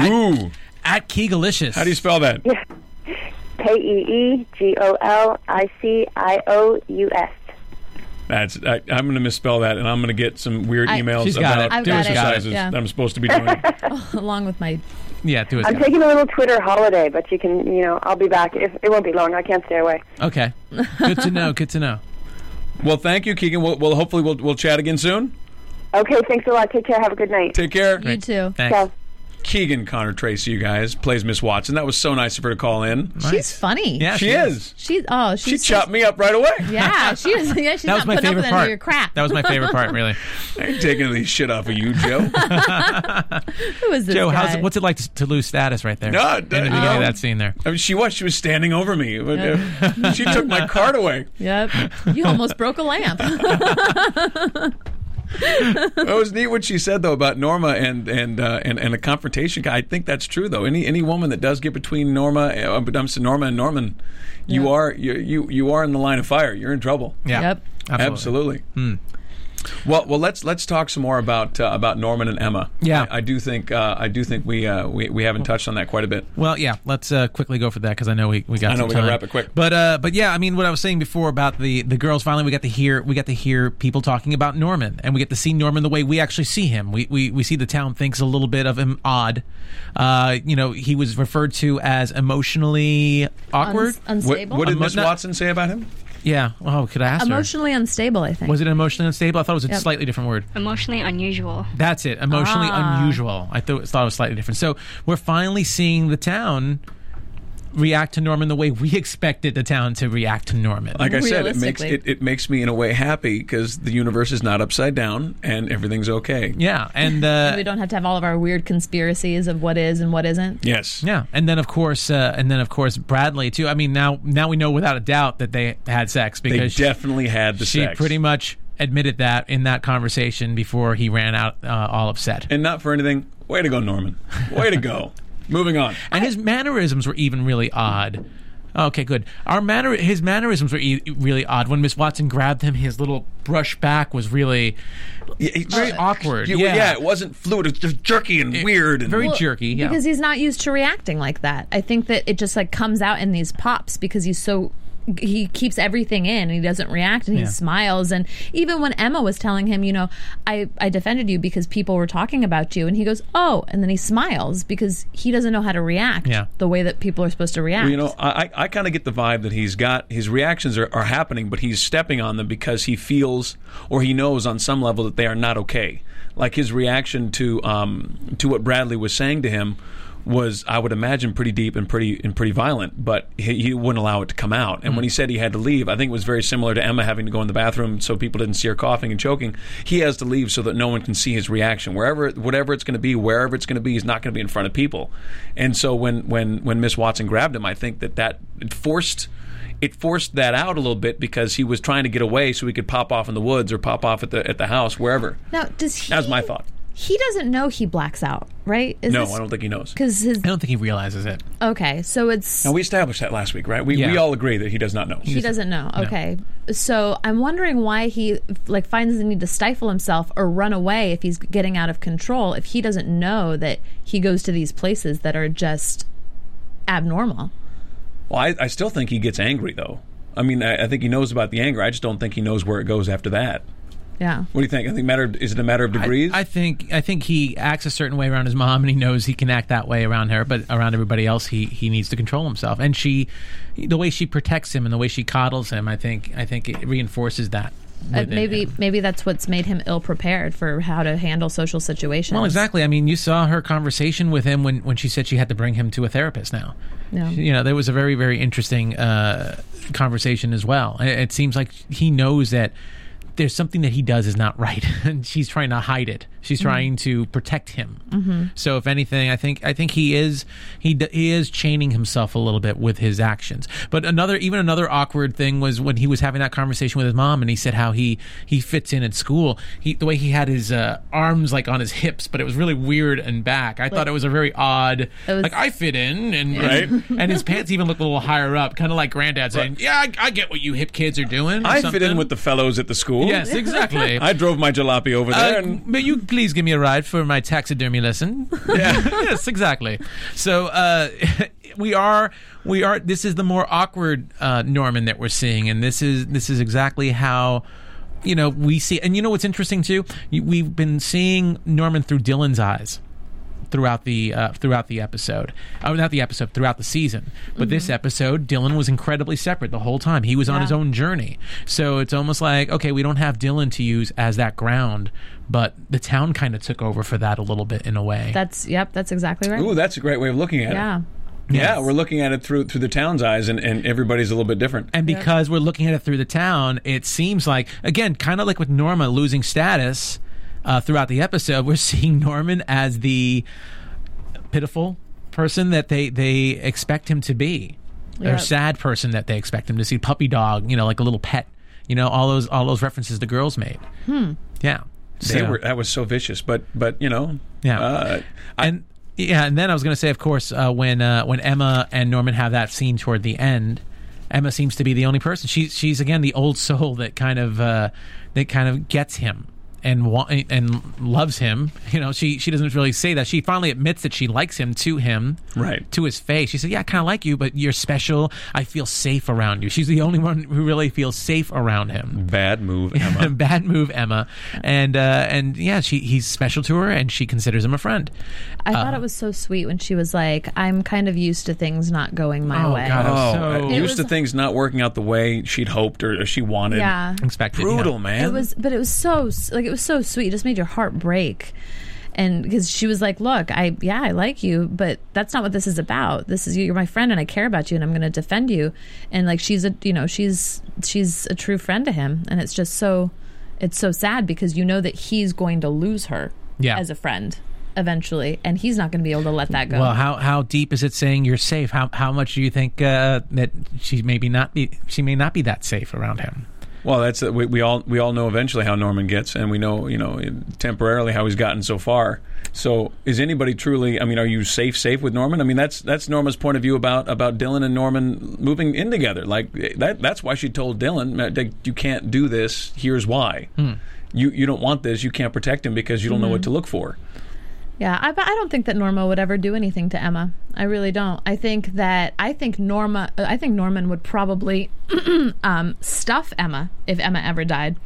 Ooh. At Keegalicious. How do you spell that? K E E G O L I C I O U S. That's I, I'm going to misspell that, and I'm going to get some weird I- emails She's got about it. I've different got it. exercises Yeah. that I'm supposed to be doing. Along with my yeah, do it. I'm taking a little Twitter holiday, but you can, you know, I'll be back. If, it won't be long. I can't stay away. Okay. Good to know. Good to know. well, thank you, Keegan. We'll, we'll hopefully we'll, we'll chat again soon. Okay, thanks a lot. Take care. Have a good night. Take care. you too. Thanks. Ciao. Keegan Connor Tracy, you guys, plays Miss Watson. That was so nice of her to call in. She's funny. Yeah, She is. She's oh She she's chopped me up right away. Yeah, she is. Yeah, she's That not was my putting up favorite with any of part. your crap. That was my favorite part, really. I ain't taking any shit off of you, Joe. Who is this Joe, guy? how's it, what's it like to, to lose status right there? No, in the beginning um, of that scene there. I mean, she was. She was standing over me. But, uh, she took my card away. Yep. You almost broke a lamp. That was neat what she said though about Norma and and uh, and and a confrontation guy. I think that's true though. Any any woman that does get between Norma, uh, I'm sorry, Norma and Norman, you are you, you you are in the line of fire. You're in trouble. Yeah. Hmm. Yep. Absolutely. Well, well, let's let's talk some more about uh, about Norman and Emma. Yeah. I, I do think uh, I do think we, uh, we we haven't touched on that quite a bit. Well, yeah, let's uh, quickly go for that because I know we, we got. I know some we gotta time. wrap it quick. But uh, but yeah, I mean, what I was saying before about the the girls, finally we got to hear we got to hear people talking about Norman, and we get to see Norman the way we actually see him. We we, we see the town thinks a little bit of him odd. Uh, you know, he was referred to as emotionally awkward. Uns- What, unstable. what did Emo- Miss no- Watson say about him? yeah. Oh, could I ask her? Emotionally unstable, I think. Was it emotionally unstable? I thought it was a Yep. slightly different word. Emotionally unusual. That's it. Emotionally Ah. unusual. I thought thought it was slightly different. So we're finally seeing the town react to Norman the way we expected the town to react to Norman. Like I said, it makes Realistically. it, it makes me in a way happy because the universe is not upside down and everything's okay. yeah, and uh, we don't have to have all of our weird conspiracies of what is and what isn't. Yes. yeah, and then of course, uh, and then of course, Bradley too. I mean, now now we know without a doubt that they had sex They because she- definitely had the she, sex. pretty much admitted that in that conversation before he ran out uh, all upset. and not for anything. Way to go, Norman. Way to go. Moving on. and his mannerisms were even really odd. Okay, good. Our manner, his mannerisms were e- really odd. When Miss Watson grabbed him, his little brush back was really Yeah, it's very awkward. Yeah, yeah, yeah. it wasn't fluid. It was just jerky and weird. And very jerky. Yeah, Because he's not used to reacting like that. I think that it just like comes out in these pops because he's so he keeps everything in and he doesn't react and he Yeah. smiles and even when Emma was telling him, you know, I I defended you because people were talking about you and he goes, "Oh," and then he smiles because he doesn't know how to react Yeah. the way that people are supposed to react. Well, you know, I, I- I kind of get the vibe that he's got his reactions are, are happening, but he's stepping on them because he feels or he knows on some level that they are not okay. Like his reaction to um, to what Bradley was saying to him was, I would imagine, pretty deep and pretty and pretty violent, but he, he wouldn't allow it to come out. And when he said he had to leave, I think it was very similar to Emma having to go in the bathroom so people didn't see her coughing and choking. He has to leave so that no one can see his reaction. Wherever, whatever it's going to be, wherever it's going to be, he's not going to be in front of people. And so when when when Miss Watson grabbed him, I think that that it forced it forced that out a little bit because he was trying to get away so he could pop off in the woods or pop off at the at the house wherever. Now, does he That was my thought. He doesn't know he blacks out, right? Is No, I don't think he knows. Because his I don't think he realizes it. okay, so it's Now we established that last week, right? We we Yeah. all agree that he does not know. he doesn't know. Okay, so I'm wondering why he like finds the need to stifle himself or run away if he's getting out of control. If he doesn't know that he goes to these places that are just abnormal. Well, I, I still think he gets angry though. I mean, I, I think he knows about the anger. I just don't think he knows where it goes after that. Yeah. What do you think? I think matter is it a matter of degrees? I think I think he acts a certain way around his mom, and he knows he can act that way around her, but around everybody else, he he needs to control himself. And she, the way she protects him and the way she coddles him, I think I think it reinforces that. Uh, within maybe him. maybe that's what's made him ill prepared for how to handle social situations. Well, exactly. I mean, you saw her conversation with him when, when she said she had to bring him to a therapist now. Yeah. You know, there was a very, very interesting uh, conversation as well. It, it seems like he knows that there's something that he does is not right, and she's trying to hide it. She's Mm-hmm. trying to protect him. So, if anything, I think I think he is he d- he is chaining himself a little bit with his actions. But another, even another awkward thing was when he was having that conversation with his mom, and he said how he he fits in at school. He the way he had his uh, arms like on his hips, but it was really weird and back. I thought it was a very odd. was- like I fit in, and Right. and his pants even looked a little higher up, kind of like granddad saying, "Yeah, I, I get what you hip kids are doing." or I fit something." in with the fellows at the school. yes, exactly. I drove my jalopy over there, Uh, and may you please give me a ride for my taxidermy lesson? yes, exactly. So uh, we are, we are. This is the more awkward uh, Norman that we're seeing, and this is this is exactly how. You know, we see, and you know what's interesting too? You- We've been seeing Norman through Dylan's eyes throughout the uh, throughout the episode. Uh, not the episode, throughout the season. But this episode, Dylan was incredibly separate the whole time. He was on his own journey. So it's almost like okay, we don't have Dylan to use as that ground, but the town kind of took over for that a little bit in a way. That's yep. That's exactly right. Ooh, that's a great way of looking at yeah. it. Yeah, we're looking at it through through the town's eyes, and, and everybody's a little bit different. And because we're looking at it through the town, it seems like again, kind of like with Norma losing status uh, throughout the episode, we're seeing Norman as the pitiful person that they they expect him to be, or Yep. sad person that they expect him to see, puppy dog, you know, like a little pet, you know, all those all those references the girls made. Hmm. Yeah. They So- were that was so vicious, but but you know, Yeah. uh, I, and yeah, and then I was going to say, of course, uh, when uh, when Emma and Norman have that scene toward the end, Emma seems to be the only person. She she's again the old soul that kind of uh, that kind of gets him and wa- and loves him. You know, she she doesn't really say that. She finally admits that she likes him to him, Right. to his face. She said, "Yeah, I kind of like you, but you're special. I feel safe around you." She's the only one who really feels safe around him. bad move, Emma. Bad move, Emma, and uh, and yeah, she he's special to her, and she considers him a friend. I thought it was so sweet when she was like, "I'm kind of used to things not going my Oh, way." God. oh, So- uh, It used to was- things not working out the way she'd hoped or, or she wanted. Yeah. Expected. you know. brutal, man. It was, but it was so like it was so sweet. It just made your heart break, and because she was like, "Look, I yeah, I like you, but that's not what this is about. This is you're my friend, and I care about you, and I'm going to defend you." And like she's a you know she's she's a true friend to him, and it's just so it's so sad because you know that he's going to lose her Yeah. as a friend eventually, and he's not going to be able to let that go. Well, how how deep is it saying you're safe? How how much do you think uh, that she maybe not be she may not be that safe around him? Well, that's uh, we, we all we all know eventually how Norman gets, and we know you know temporarily how he's gotten so far. So, is anybody truly? I mean, are you safe safe with Norman? I mean, that's that's Norma's point of view about about Dylan and Norman moving in together. Like that that's why she told Dylan "Ma- like, you can't do this. Here's why. Hmm. You you don't want this. You can't protect him because you don't know Mm-hmm. what to look for. Yeah, I, but I don't think that Norma would ever do anything to Emma. I really don't. I think that I think Norma, I think Norman would probably um, stuff Emma if Emma ever died.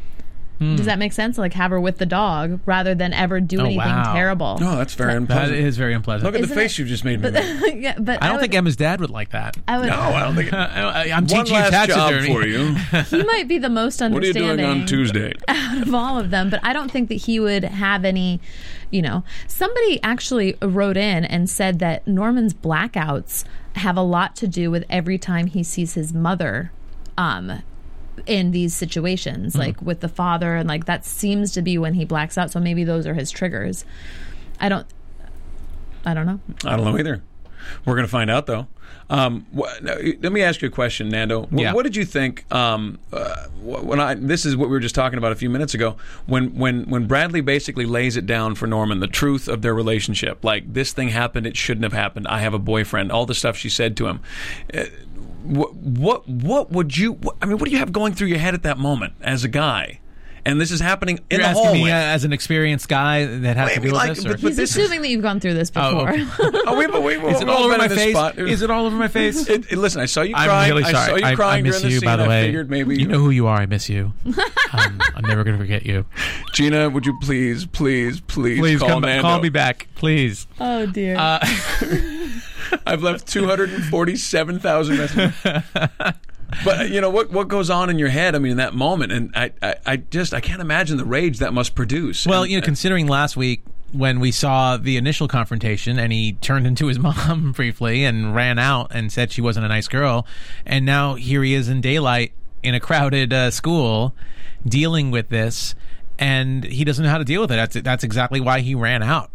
Does that make sense? Like have her with the dog rather than ever do Hmm. Oh, anything wow. terrible. Oh, that's very That unpleasant. is very unpleasant. look at the Isn't face it- you just made me. make. yeah, but I don't would- think Emma's dad would like that. I would, No, I don't think. It, I, one am teaching you last job taxidermy for you. he might be the most What are you understanding. doing on Tuesday? of all of them, but I don't think that he would have any, you know. Somebody actually wrote in and said that Norman's blackouts have a lot to do with every time he sees his mother um in these situations, like with the father and like that seems to be when he blacks out, so maybe those are his triggers. I don't I don't know. I don't know either. We're going to find out though. Um, wh- now, y- let me ask you a question, Nando. Wh- Yeah. What did you think um, uh, wh- when I? This is what we were just talking about a few minutes ago. When when when Bradley basically lays it down for Norman, the truth of their relationship, like this thing happened, it shouldn't have happened. I have a boyfriend. All the stuff she said to him. Uh, wh- what what would you? wh- I mean, what do you have going through your head at that moment as a guy? And this is happening in You're the asking hallway. me uh, as an experienced guy that has Wait, to deal like, with this. Or? But He's this is- assuming that you've gone through this Oh, before. okay. oh, we, we, we, is it all over my face? Spot. Is it all over my face? It, it- listen, I saw you I'm crying. really I sorry. saw you I, I crying miss during you, the by scene. the I way. figured maybe you know who you are. I miss you. um, I'm never going to forget you. Gina, would you please, please, please, Please call come back. Nando? Uh, Call me back, please. oh dear. uh, I've left two hundred and forty-seven thousand messages. but you know what? What goes on in your head? I mean, in that moment, and I, I, I just, I can't imagine the rage that must produce. Well, And- you know, considering last week when we saw the initial confrontation and he turned into his mom briefly and ran out and said she wasn't a nice girl, and now here he is in daylight in a crowded uh, school dealing with this, and he doesn't know how to deal with it. That's that's exactly why he ran out.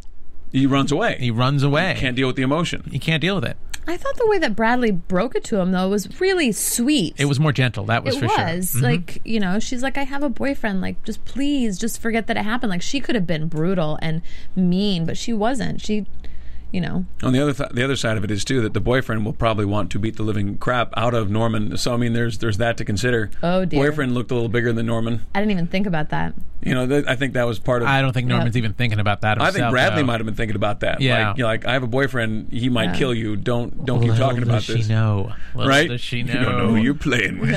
he runs away. He runs away. can't deal with the emotion. He can't deal with it. I thought the way that Bradley broke it to him though was really sweet. It was more gentle. That was it for sure. was Mm-hmm. like you know she's like i have a boyfriend like just please just forget that it happened like she could have been brutal and mean but she wasn't she you know On the other, th- the other side of it is too that the boyfriend will probably want to beat the living crap out of Norman. So I mean, there's, there's that to consider. Oh, dear. Boyfriend looked a little bigger than Norman. i didn't even think about that You know, th- I think that was part of. I don't think Norman's Yeah. even thinking about that. I Himself, think Bradley though. might have been thinking about that. Yeah. Like, you know, like, I have a boyfriend. He might kill you. Don't don't keep Little talking about does this. She know. Little Right? Does she know? You don't know who you're playing with.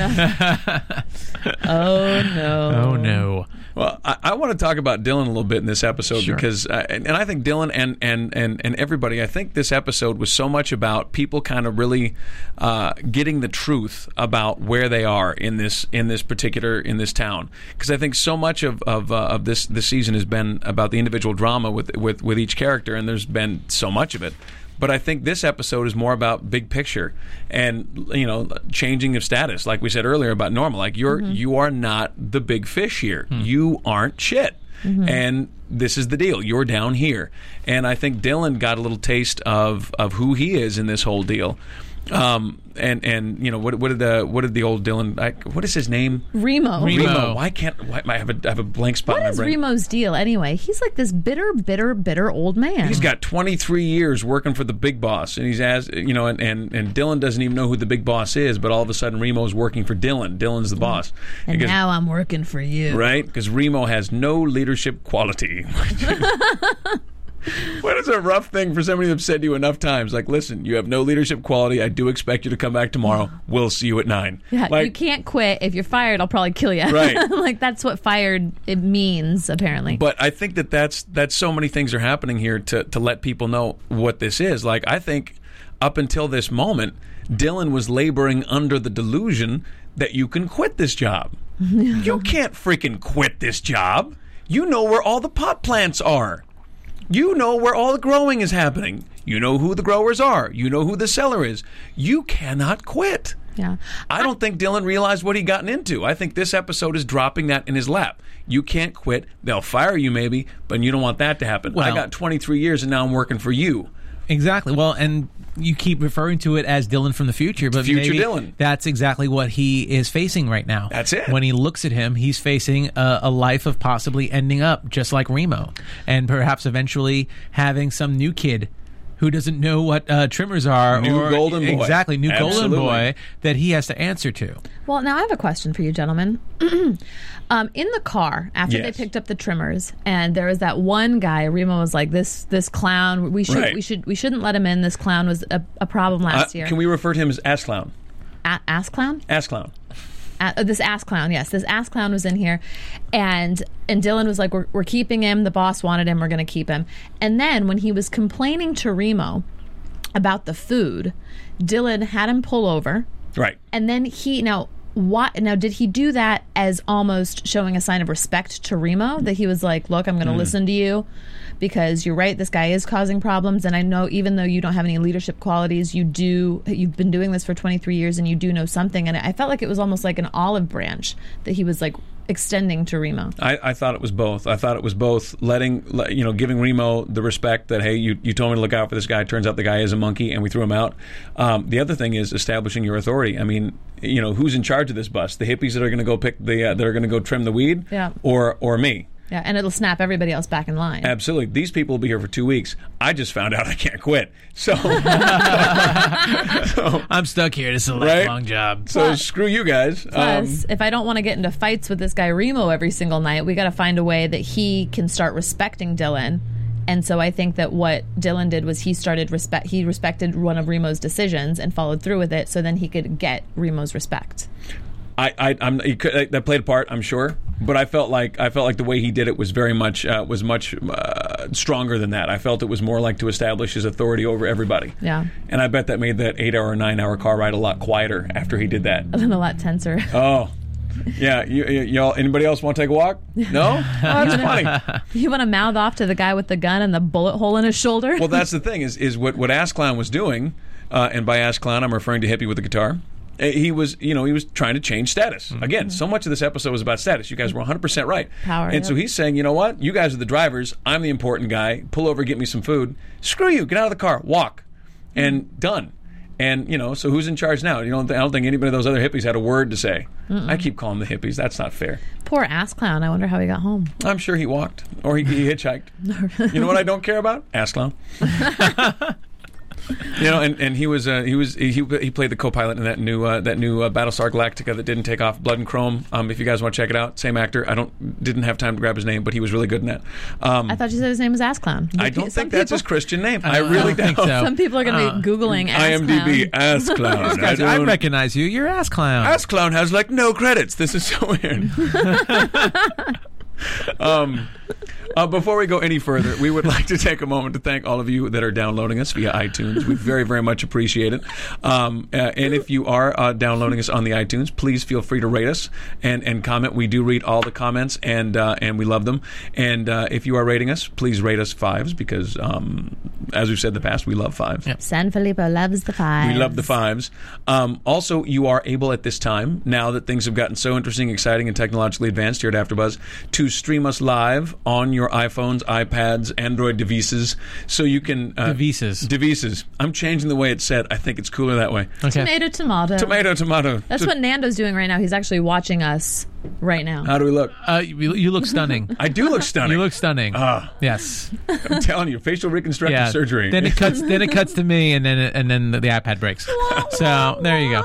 oh no Oh no. Well, I, I want to talk about Dylan a little bit in this episode because, uh, and, and I think Dylan and, and and and everybody, I think this episode was so much about people kind of really uh, getting the truth about where they are in this in this particular in this town. Because I think so much of of, uh, of this this season has been about the individual drama with with with each character, and there's been so much of it. But I think this episode is more about big picture and you know changing of status, like we said earlier about normal. Like you're you are not the big fish here. You aren't shit. Mm-hmm. And this is the deal. You're down here, and I think Dylan got a little taste of of who he is in this whole deal. Um, and and you know what what did the what did the old Dylan? I, what is his name? Remo. Remo. Remo. Why can't why, I have a I have a blank spot in What my is brain? Remo's deal anyway? He's like this bitter, bitter, bitter old man. He's got 23 years working for the big boss, and he's as you know, and, and, and Dylan doesn't even know who the big boss is, but all of a sudden Remo's working for Dylan. Dylan's the boss, Mm-hmm. and Because- now I'm working for you. right? Because Remo has no leadership quality. What is a rough thing for somebody to have said to you enough times? Like, listen, you have no leadership quality. I do expect you to come back tomorrow. We'll see you at nine. Yeah, like, you can't quit. If you're fired, I'll probably kill you. Right. like that's what fired it means apparently. But I think that that's that's so many things are happening here to to let people know what this is. Like I think up until this moment, Dylan was laboring under the delusion that you can quit this job. you can't freaking quit this job. You know where all the pot plants are. You know where all the growing is happening. You know who the growers are. You know who the seller is. You cannot quit. yeah. I don't think Dylan realized what he'd gotten into. I think this episode is dropping that in his lap. You can't quit. They'll fire you maybe, but you don't want that to happen. I Well- got 23 years and now I'm working for you. Exactly. Well, and you keep referring to it as Dylan from the future, but Future maybe Dylan. That's exactly what he is facing right now. That's it. When he looks at him, he's facing a, a life of possibly ending up just like Remo, and perhaps eventually having some new kid. Who doesn't know what uh, trimmers are? New or, golden boy. Exactly, new Absolutely. golden boy that he has to answer to. Well, now I have a question for you, gentlemen. um, in the car, after Yes. they picked up the trimmers, and there was that one guy. Remo was like, "This, this clown. We should, Right. we should, we shouldn't let him in. This clown was a, a problem last Uh, year. can we refer to him as ass clown? A- ass clown? Ass clown. A- oh, this ass clown. Yes, this ass clown was in here, and and Dylan was like, "We're, we're keeping him. The boss wanted him. We're going to keep him." And then when he was complaining to Remo about the food, Dylan had him pull over. Right. And then he now what now did he do that as almost showing a sign of respect to Remo that he was like, "Look, I'm going to listen to you because you're right, this guy is causing problems and I know even though you don't have any leadership qualities, you do you've been doing this for 23 years and you do know something." And I felt like it was almost like an olive branch that he was like extending to Remo. I, I thought it was both. I thought it was both letting, le- you know, giving Remo the respect that hey, you, you told me to look out for this guy. Turns out the guy is a monkey, and we threw him out. Um, the other thing is establishing your authority. I mean, you know, who's in charge of this bus? The hippies that are going to go pick the uh, that are going to go trim the weed, Yeah. or or me. Yeah, and it'll snap everybody else back in line. Absolutely. These people will be here for two weeks. I just found out I can't quit. So, I'm stuck here. This is a lifelong job. so screw you guys. Um, Plus, if I don't want to get into fights with this guy Remo every single night, we got to find a way that he can start respecting Dylan. And so I think that what Dylan did was he started respect. He respected one of Remo's decisions and followed through with it, so then he could get Remo's respect. I, I, I'm, he could, uh, that played a part, I'm sure. But I felt like I felt like the way he did it was very much uh, was much uh, stronger than that. I felt it was more like to establish his authority over everybody. Yeah. And I bet that made that eight hour, nine hour car ride a lot quieter after he did that. And a lot tenser. Oh, yeah. You, you, y'all, anybody else want to take a walk? No, oh, that's funny. you want to mouth off to the guy with the gun and the bullet hole in his shoulder? Well, that's the thing is is what what Ass Clown was doing, uh, and by Ass Clown I'm referring to Hippie with the guitar. Uh, He was, you know, he was trying to change status. Again, so much of this episode was about status. You guys were 100 percent right. Power, And so yep. he's saying, you know what? You guys are the drivers. I'm the important guy. Pull over, get me some food. Screw you. Get out of the car. Walk, and done. And you know, so who's in charge now? You don't. I don't think anybody of those other hippies had a word to say. I keep calling them the hippies. That's not fair. Poor ass clown. I wonder how he got home. I'm sure he walked or he, he hitchhiked. you know what I don't care about? Ass clown. you know, and, and he was uh, he was he he played the co-pilot in that new uh, that new uh, Battlestar Galactica that didn't take off Blood and Chrome. Um, if you guys want to check it out, same actor. I don't didn't have time to grab his name, but he was really good in that. Um, I I, thought you said his name was ass clown. don't Some think that's people- his Christian name. I, really don't think so. Some people are going to be googling ass IMDb uh, clown. ass clown. Guys, I, don't- recognize you. You're ass clown. Ass clown has like no credits. This is so weird. Um, uh, before we go any further, we would like to take a moment to thank all of you that are downloading us via iTunes. We very, very much appreciate it. Um, uh, and if you are uh, downloading us on the iTunes, please feel free to rate us and, and comment. We do read all the comments, and uh, and we love them. And uh, if you are rating us, please rate us fives because, um, as we've said in the past, we love fives. San Filippo loves the five. We love the fives. Um, also, you are able at this time, now that things have gotten so interesting, exciting, and technologically advanced here at AfterBuzz, to stream us live on your iPhones, iPads, Android devices, so you can uh, Devices. Devices. I'm changing the way it's said. I think it's cooler that way. Okay. Tomato, tomato. Tomato, tomato. That's T- what Nando's doing right now. He's actually watching us right now. How do we look? Uh, you, you look stunning. I do look stunning. Ah, You look stunning. yes. I'm telling you, facial reconstructive Yeah. Uh, surgery. Then it cuts. then it cuts to me, and then it, and then the, the iPad breaks. Uh, so there you go.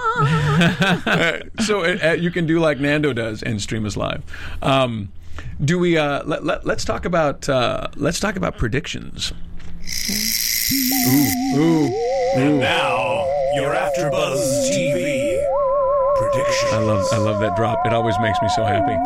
so uh, uh, you can do like Nando does and stream us live. Um, do we? Uh, let, let, let's talk about uh, let's talk about predictions. Now, your AfterBuzz TV I prediction. love I love that drop. It always makes me so happy.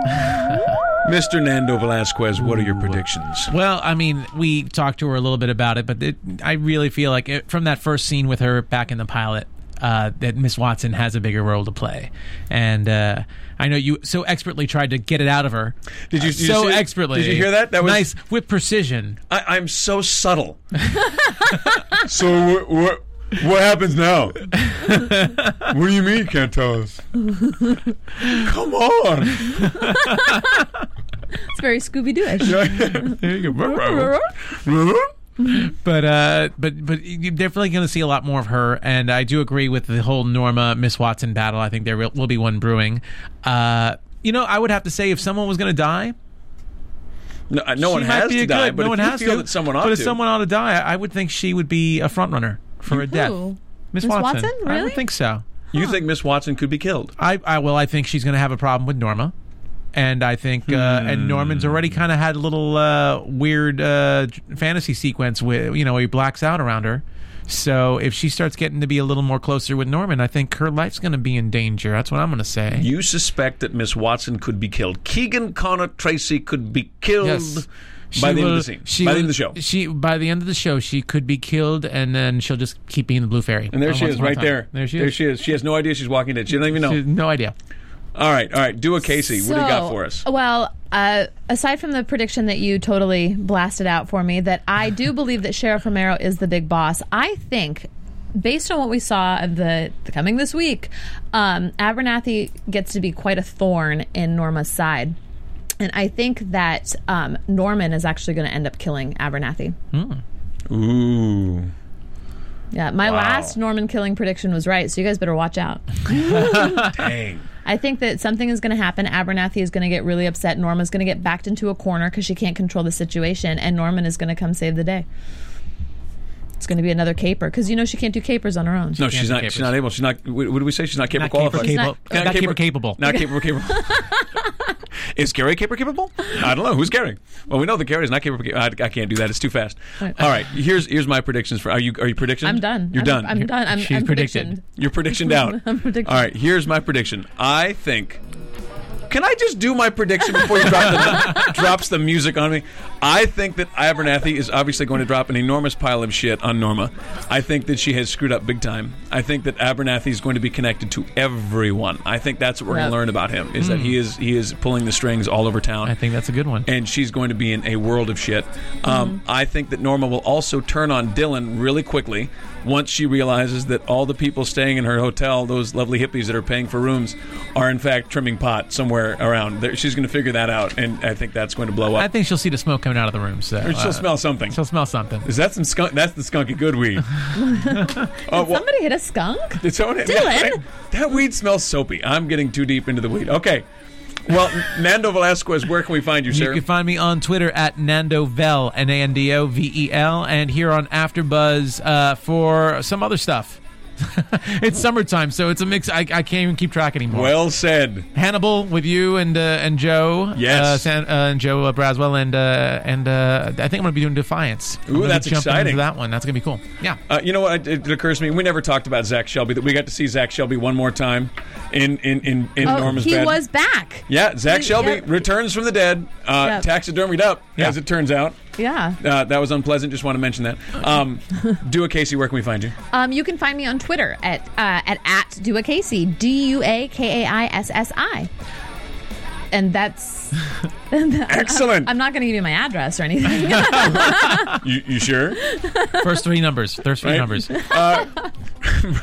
Mr. Nando Velasquez, what are your predictions? Well, I mean, we talked to her a little bit about it, but it, I really feel like it, from that first scene with her back in the pilot, uh, that Miss Watson has a bigger role to play, and uh, I know you so expertly tried to get it out of her. Did you- Uh, did you so see- expertly? did you hear that? That was- nice with precision. I, I'm so subtle. so what, what what happens now? what do you mean you can't tell us? Come on. It's very Scooby Dooish. there you go. But uh, but but you're definitely going to see a lot more of her, and I do agree with the whole Norma Miss Watson battle. I think there will will be one brewing. Uh, you know, I would have to say if someone was going to die, No, uh, no one She might has be a to die, good- but no if one you has feel to. that someone ought but if to. someone ought to die, I I would think she would be a front runner for a death. Miss Miss Watson. Watson? I Really? would think so. You think Miss Watson could be killed? I, I well, I think she's going to have a problem with Norma, and I think uh, and Norman's Hmm. already kind of had a little uh, weird uh, j- fantasy sequence with you know he blacks out around her. So if she starts getting to be a little more closer with Norman, I think her life's going to be in danger. That's what I'm going to say. You suspect that Miss Watson could be killed. Keegan Connor Tracy could be killed by She the end of will- the scene. she by the will- end of the show. She by the end of the show, she could be killed, and then she'll just keep being the blue fairy. And there on she Once is, Upon a right Time. there. There she There is. she is. She has no idea she's walking dead. She doesn't even know. She has no idea. all right, all right. Do a Casey. what do you got So, for us? Well, uh, aside from the prediction that you totally blasted out for me, that I do believe that Sheriff Romero is the big boss. I think, based on what we saw of the, the coming this week, um, Abernathy gets to be quite a thorn in Norma's side. And I think that um, Norman is actually going to end up killing Abernathy. Ooh. Yeah, my Wow. last Norman killing prediction was right, so you guys better watch out. Dang. I think that something is going to happen. Abernathy is going to get really upset. Norma's going to get backed into a corner because she can't control the situation, and Norman is going to come save the day. It's going to be another caper because you know she can't do capers on her own. No, she's do not. capers. She's not able. She's not. What what do we say? She's not capable. Not caper qualified. capable. She's Not Not caper- caper capable. Not capable capable. is Gary caper capable? I don't know. Who's Gary? Well, we know that Gary is not capable. ca- I, I can't do that. It's too fast. All right. Here's here's my predictions for. Are you are you predictions? I'm done. You're I'm, done. I'm done. I'm, She's I'm predicted. predictioned. You're predictioned out. I'm predicted. All right. Here's my prediction. I think. Can I just do my prediction before you drop the, drops the music on me? I think that Abernathy is obviously going to drop an enormous pile of shit on Norma. I think that she has screwed up big time. I think that Abernathy is going to be connected to everyone. I think that's what we're going Yep. to learn about him is that he is he is pulling the strings all over town I think that's a good one. and she's going to be in a world of shit. Um, Mm-hmm. I think that Norma will also turn on Dylan really quickly once she realizes that all the people staying in her hotel, those lovely hippies that are paying for rooms, are in fact trimming pot somewhere around. There, she's going to figure that out, and I think that's going to blow up. I think she'll see the smoke coming out of the room. So or she'll uh, smell something. She'll smell something. Is that some skunk? That's the skunky good weed. Oh, well- Somebody hit a skunk. it's own it. Dylan! That weed smells soapy. I'm getting too deep into the weed. Okay. Well, Nando Velasquez, where can we find you, You sir? can find me on Twitter at Nandovel, N A N D O V E L, and here on AfterBuzz uh, for some other stuff. it's summertime, so it's a mix. I, I can't even keep track anymore. Well said. Hannibal with you and uh, and Joe. Yes. uh, San, uh, and Joe uh, Braswell and uh, and uh, I think I'm going to be doing Defiance. I'm Ooh, gonna be that's jumping exciting. Into that one, that's going to be cool. Yeah. Uh, you know what? It, it occurs to me. We never talked about Zach Shelby. That we got to see Zach Shelby one more time in in in, in Oh, Norma's he bed. was back. yeah, Zach He- Shelby yep. returns from the dead, uh, Yep. taxidermied up, Yeah. as it turns out. Yeah. Uh, that was unpleasant. Just want to mention that. Um, Dua Casey, where can we find you? Um, you can find me on Twitter at uh, at at Dua Casey D U A K A I S S I, and that's Excellent. I'm not going to give you my address or anything. you, you sure? First three numbers. First three Right. numbers.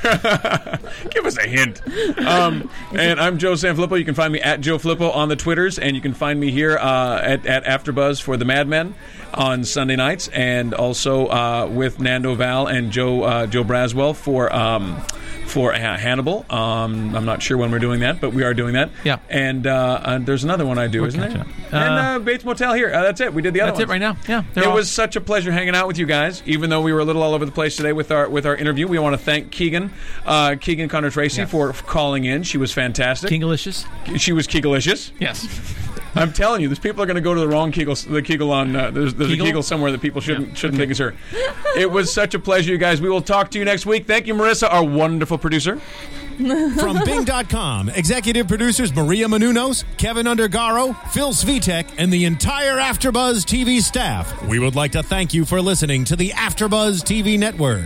Give us a hint. Um, and I'm Joe Sanfilippo. You can find me at Joe Filippo on the Twitters, and you can find me here uh, at, at AfterBuzz for the Mad Men on Sunday nights, and also uh, with Nando Val and Joe uh, Joe Braswell for um, for uh, Hannibal. Um, I'm not sure when we're doing that, but we are doing that. Yeah. And uh, uh, there's another one I do, isn't catching there? up. and Uh, uh, Bates Motel here. Uh, that's it. We did the other. That's it ones. right now. Yeah, they're It all- was such a pleasure hanging out with you guys. Even though we were a little all over the place today with our with our interview, we want to thank Keegan, uh, Keegan Connor Tracy Yes. for for calling in. She was fantastic. Kingalicious. she was Keegalicious. Yes. I'm telling you, these people are going to go to the wrong Kegel. The Kegel on uh, there's, there's Kegel? a Kegel somewhere that people shouldn't shouldn't think is her. it was such a pleasure, you guys. We will talk to you next week. Thank you, Marissa, our wonderful producer. From Bing.com, executive producers Maria Manunos, Kevin Undergaro, Phil Svitek, and the entire Afterbuzz TV staff. We would like to thank you for listening to the Afterbuzz TV network.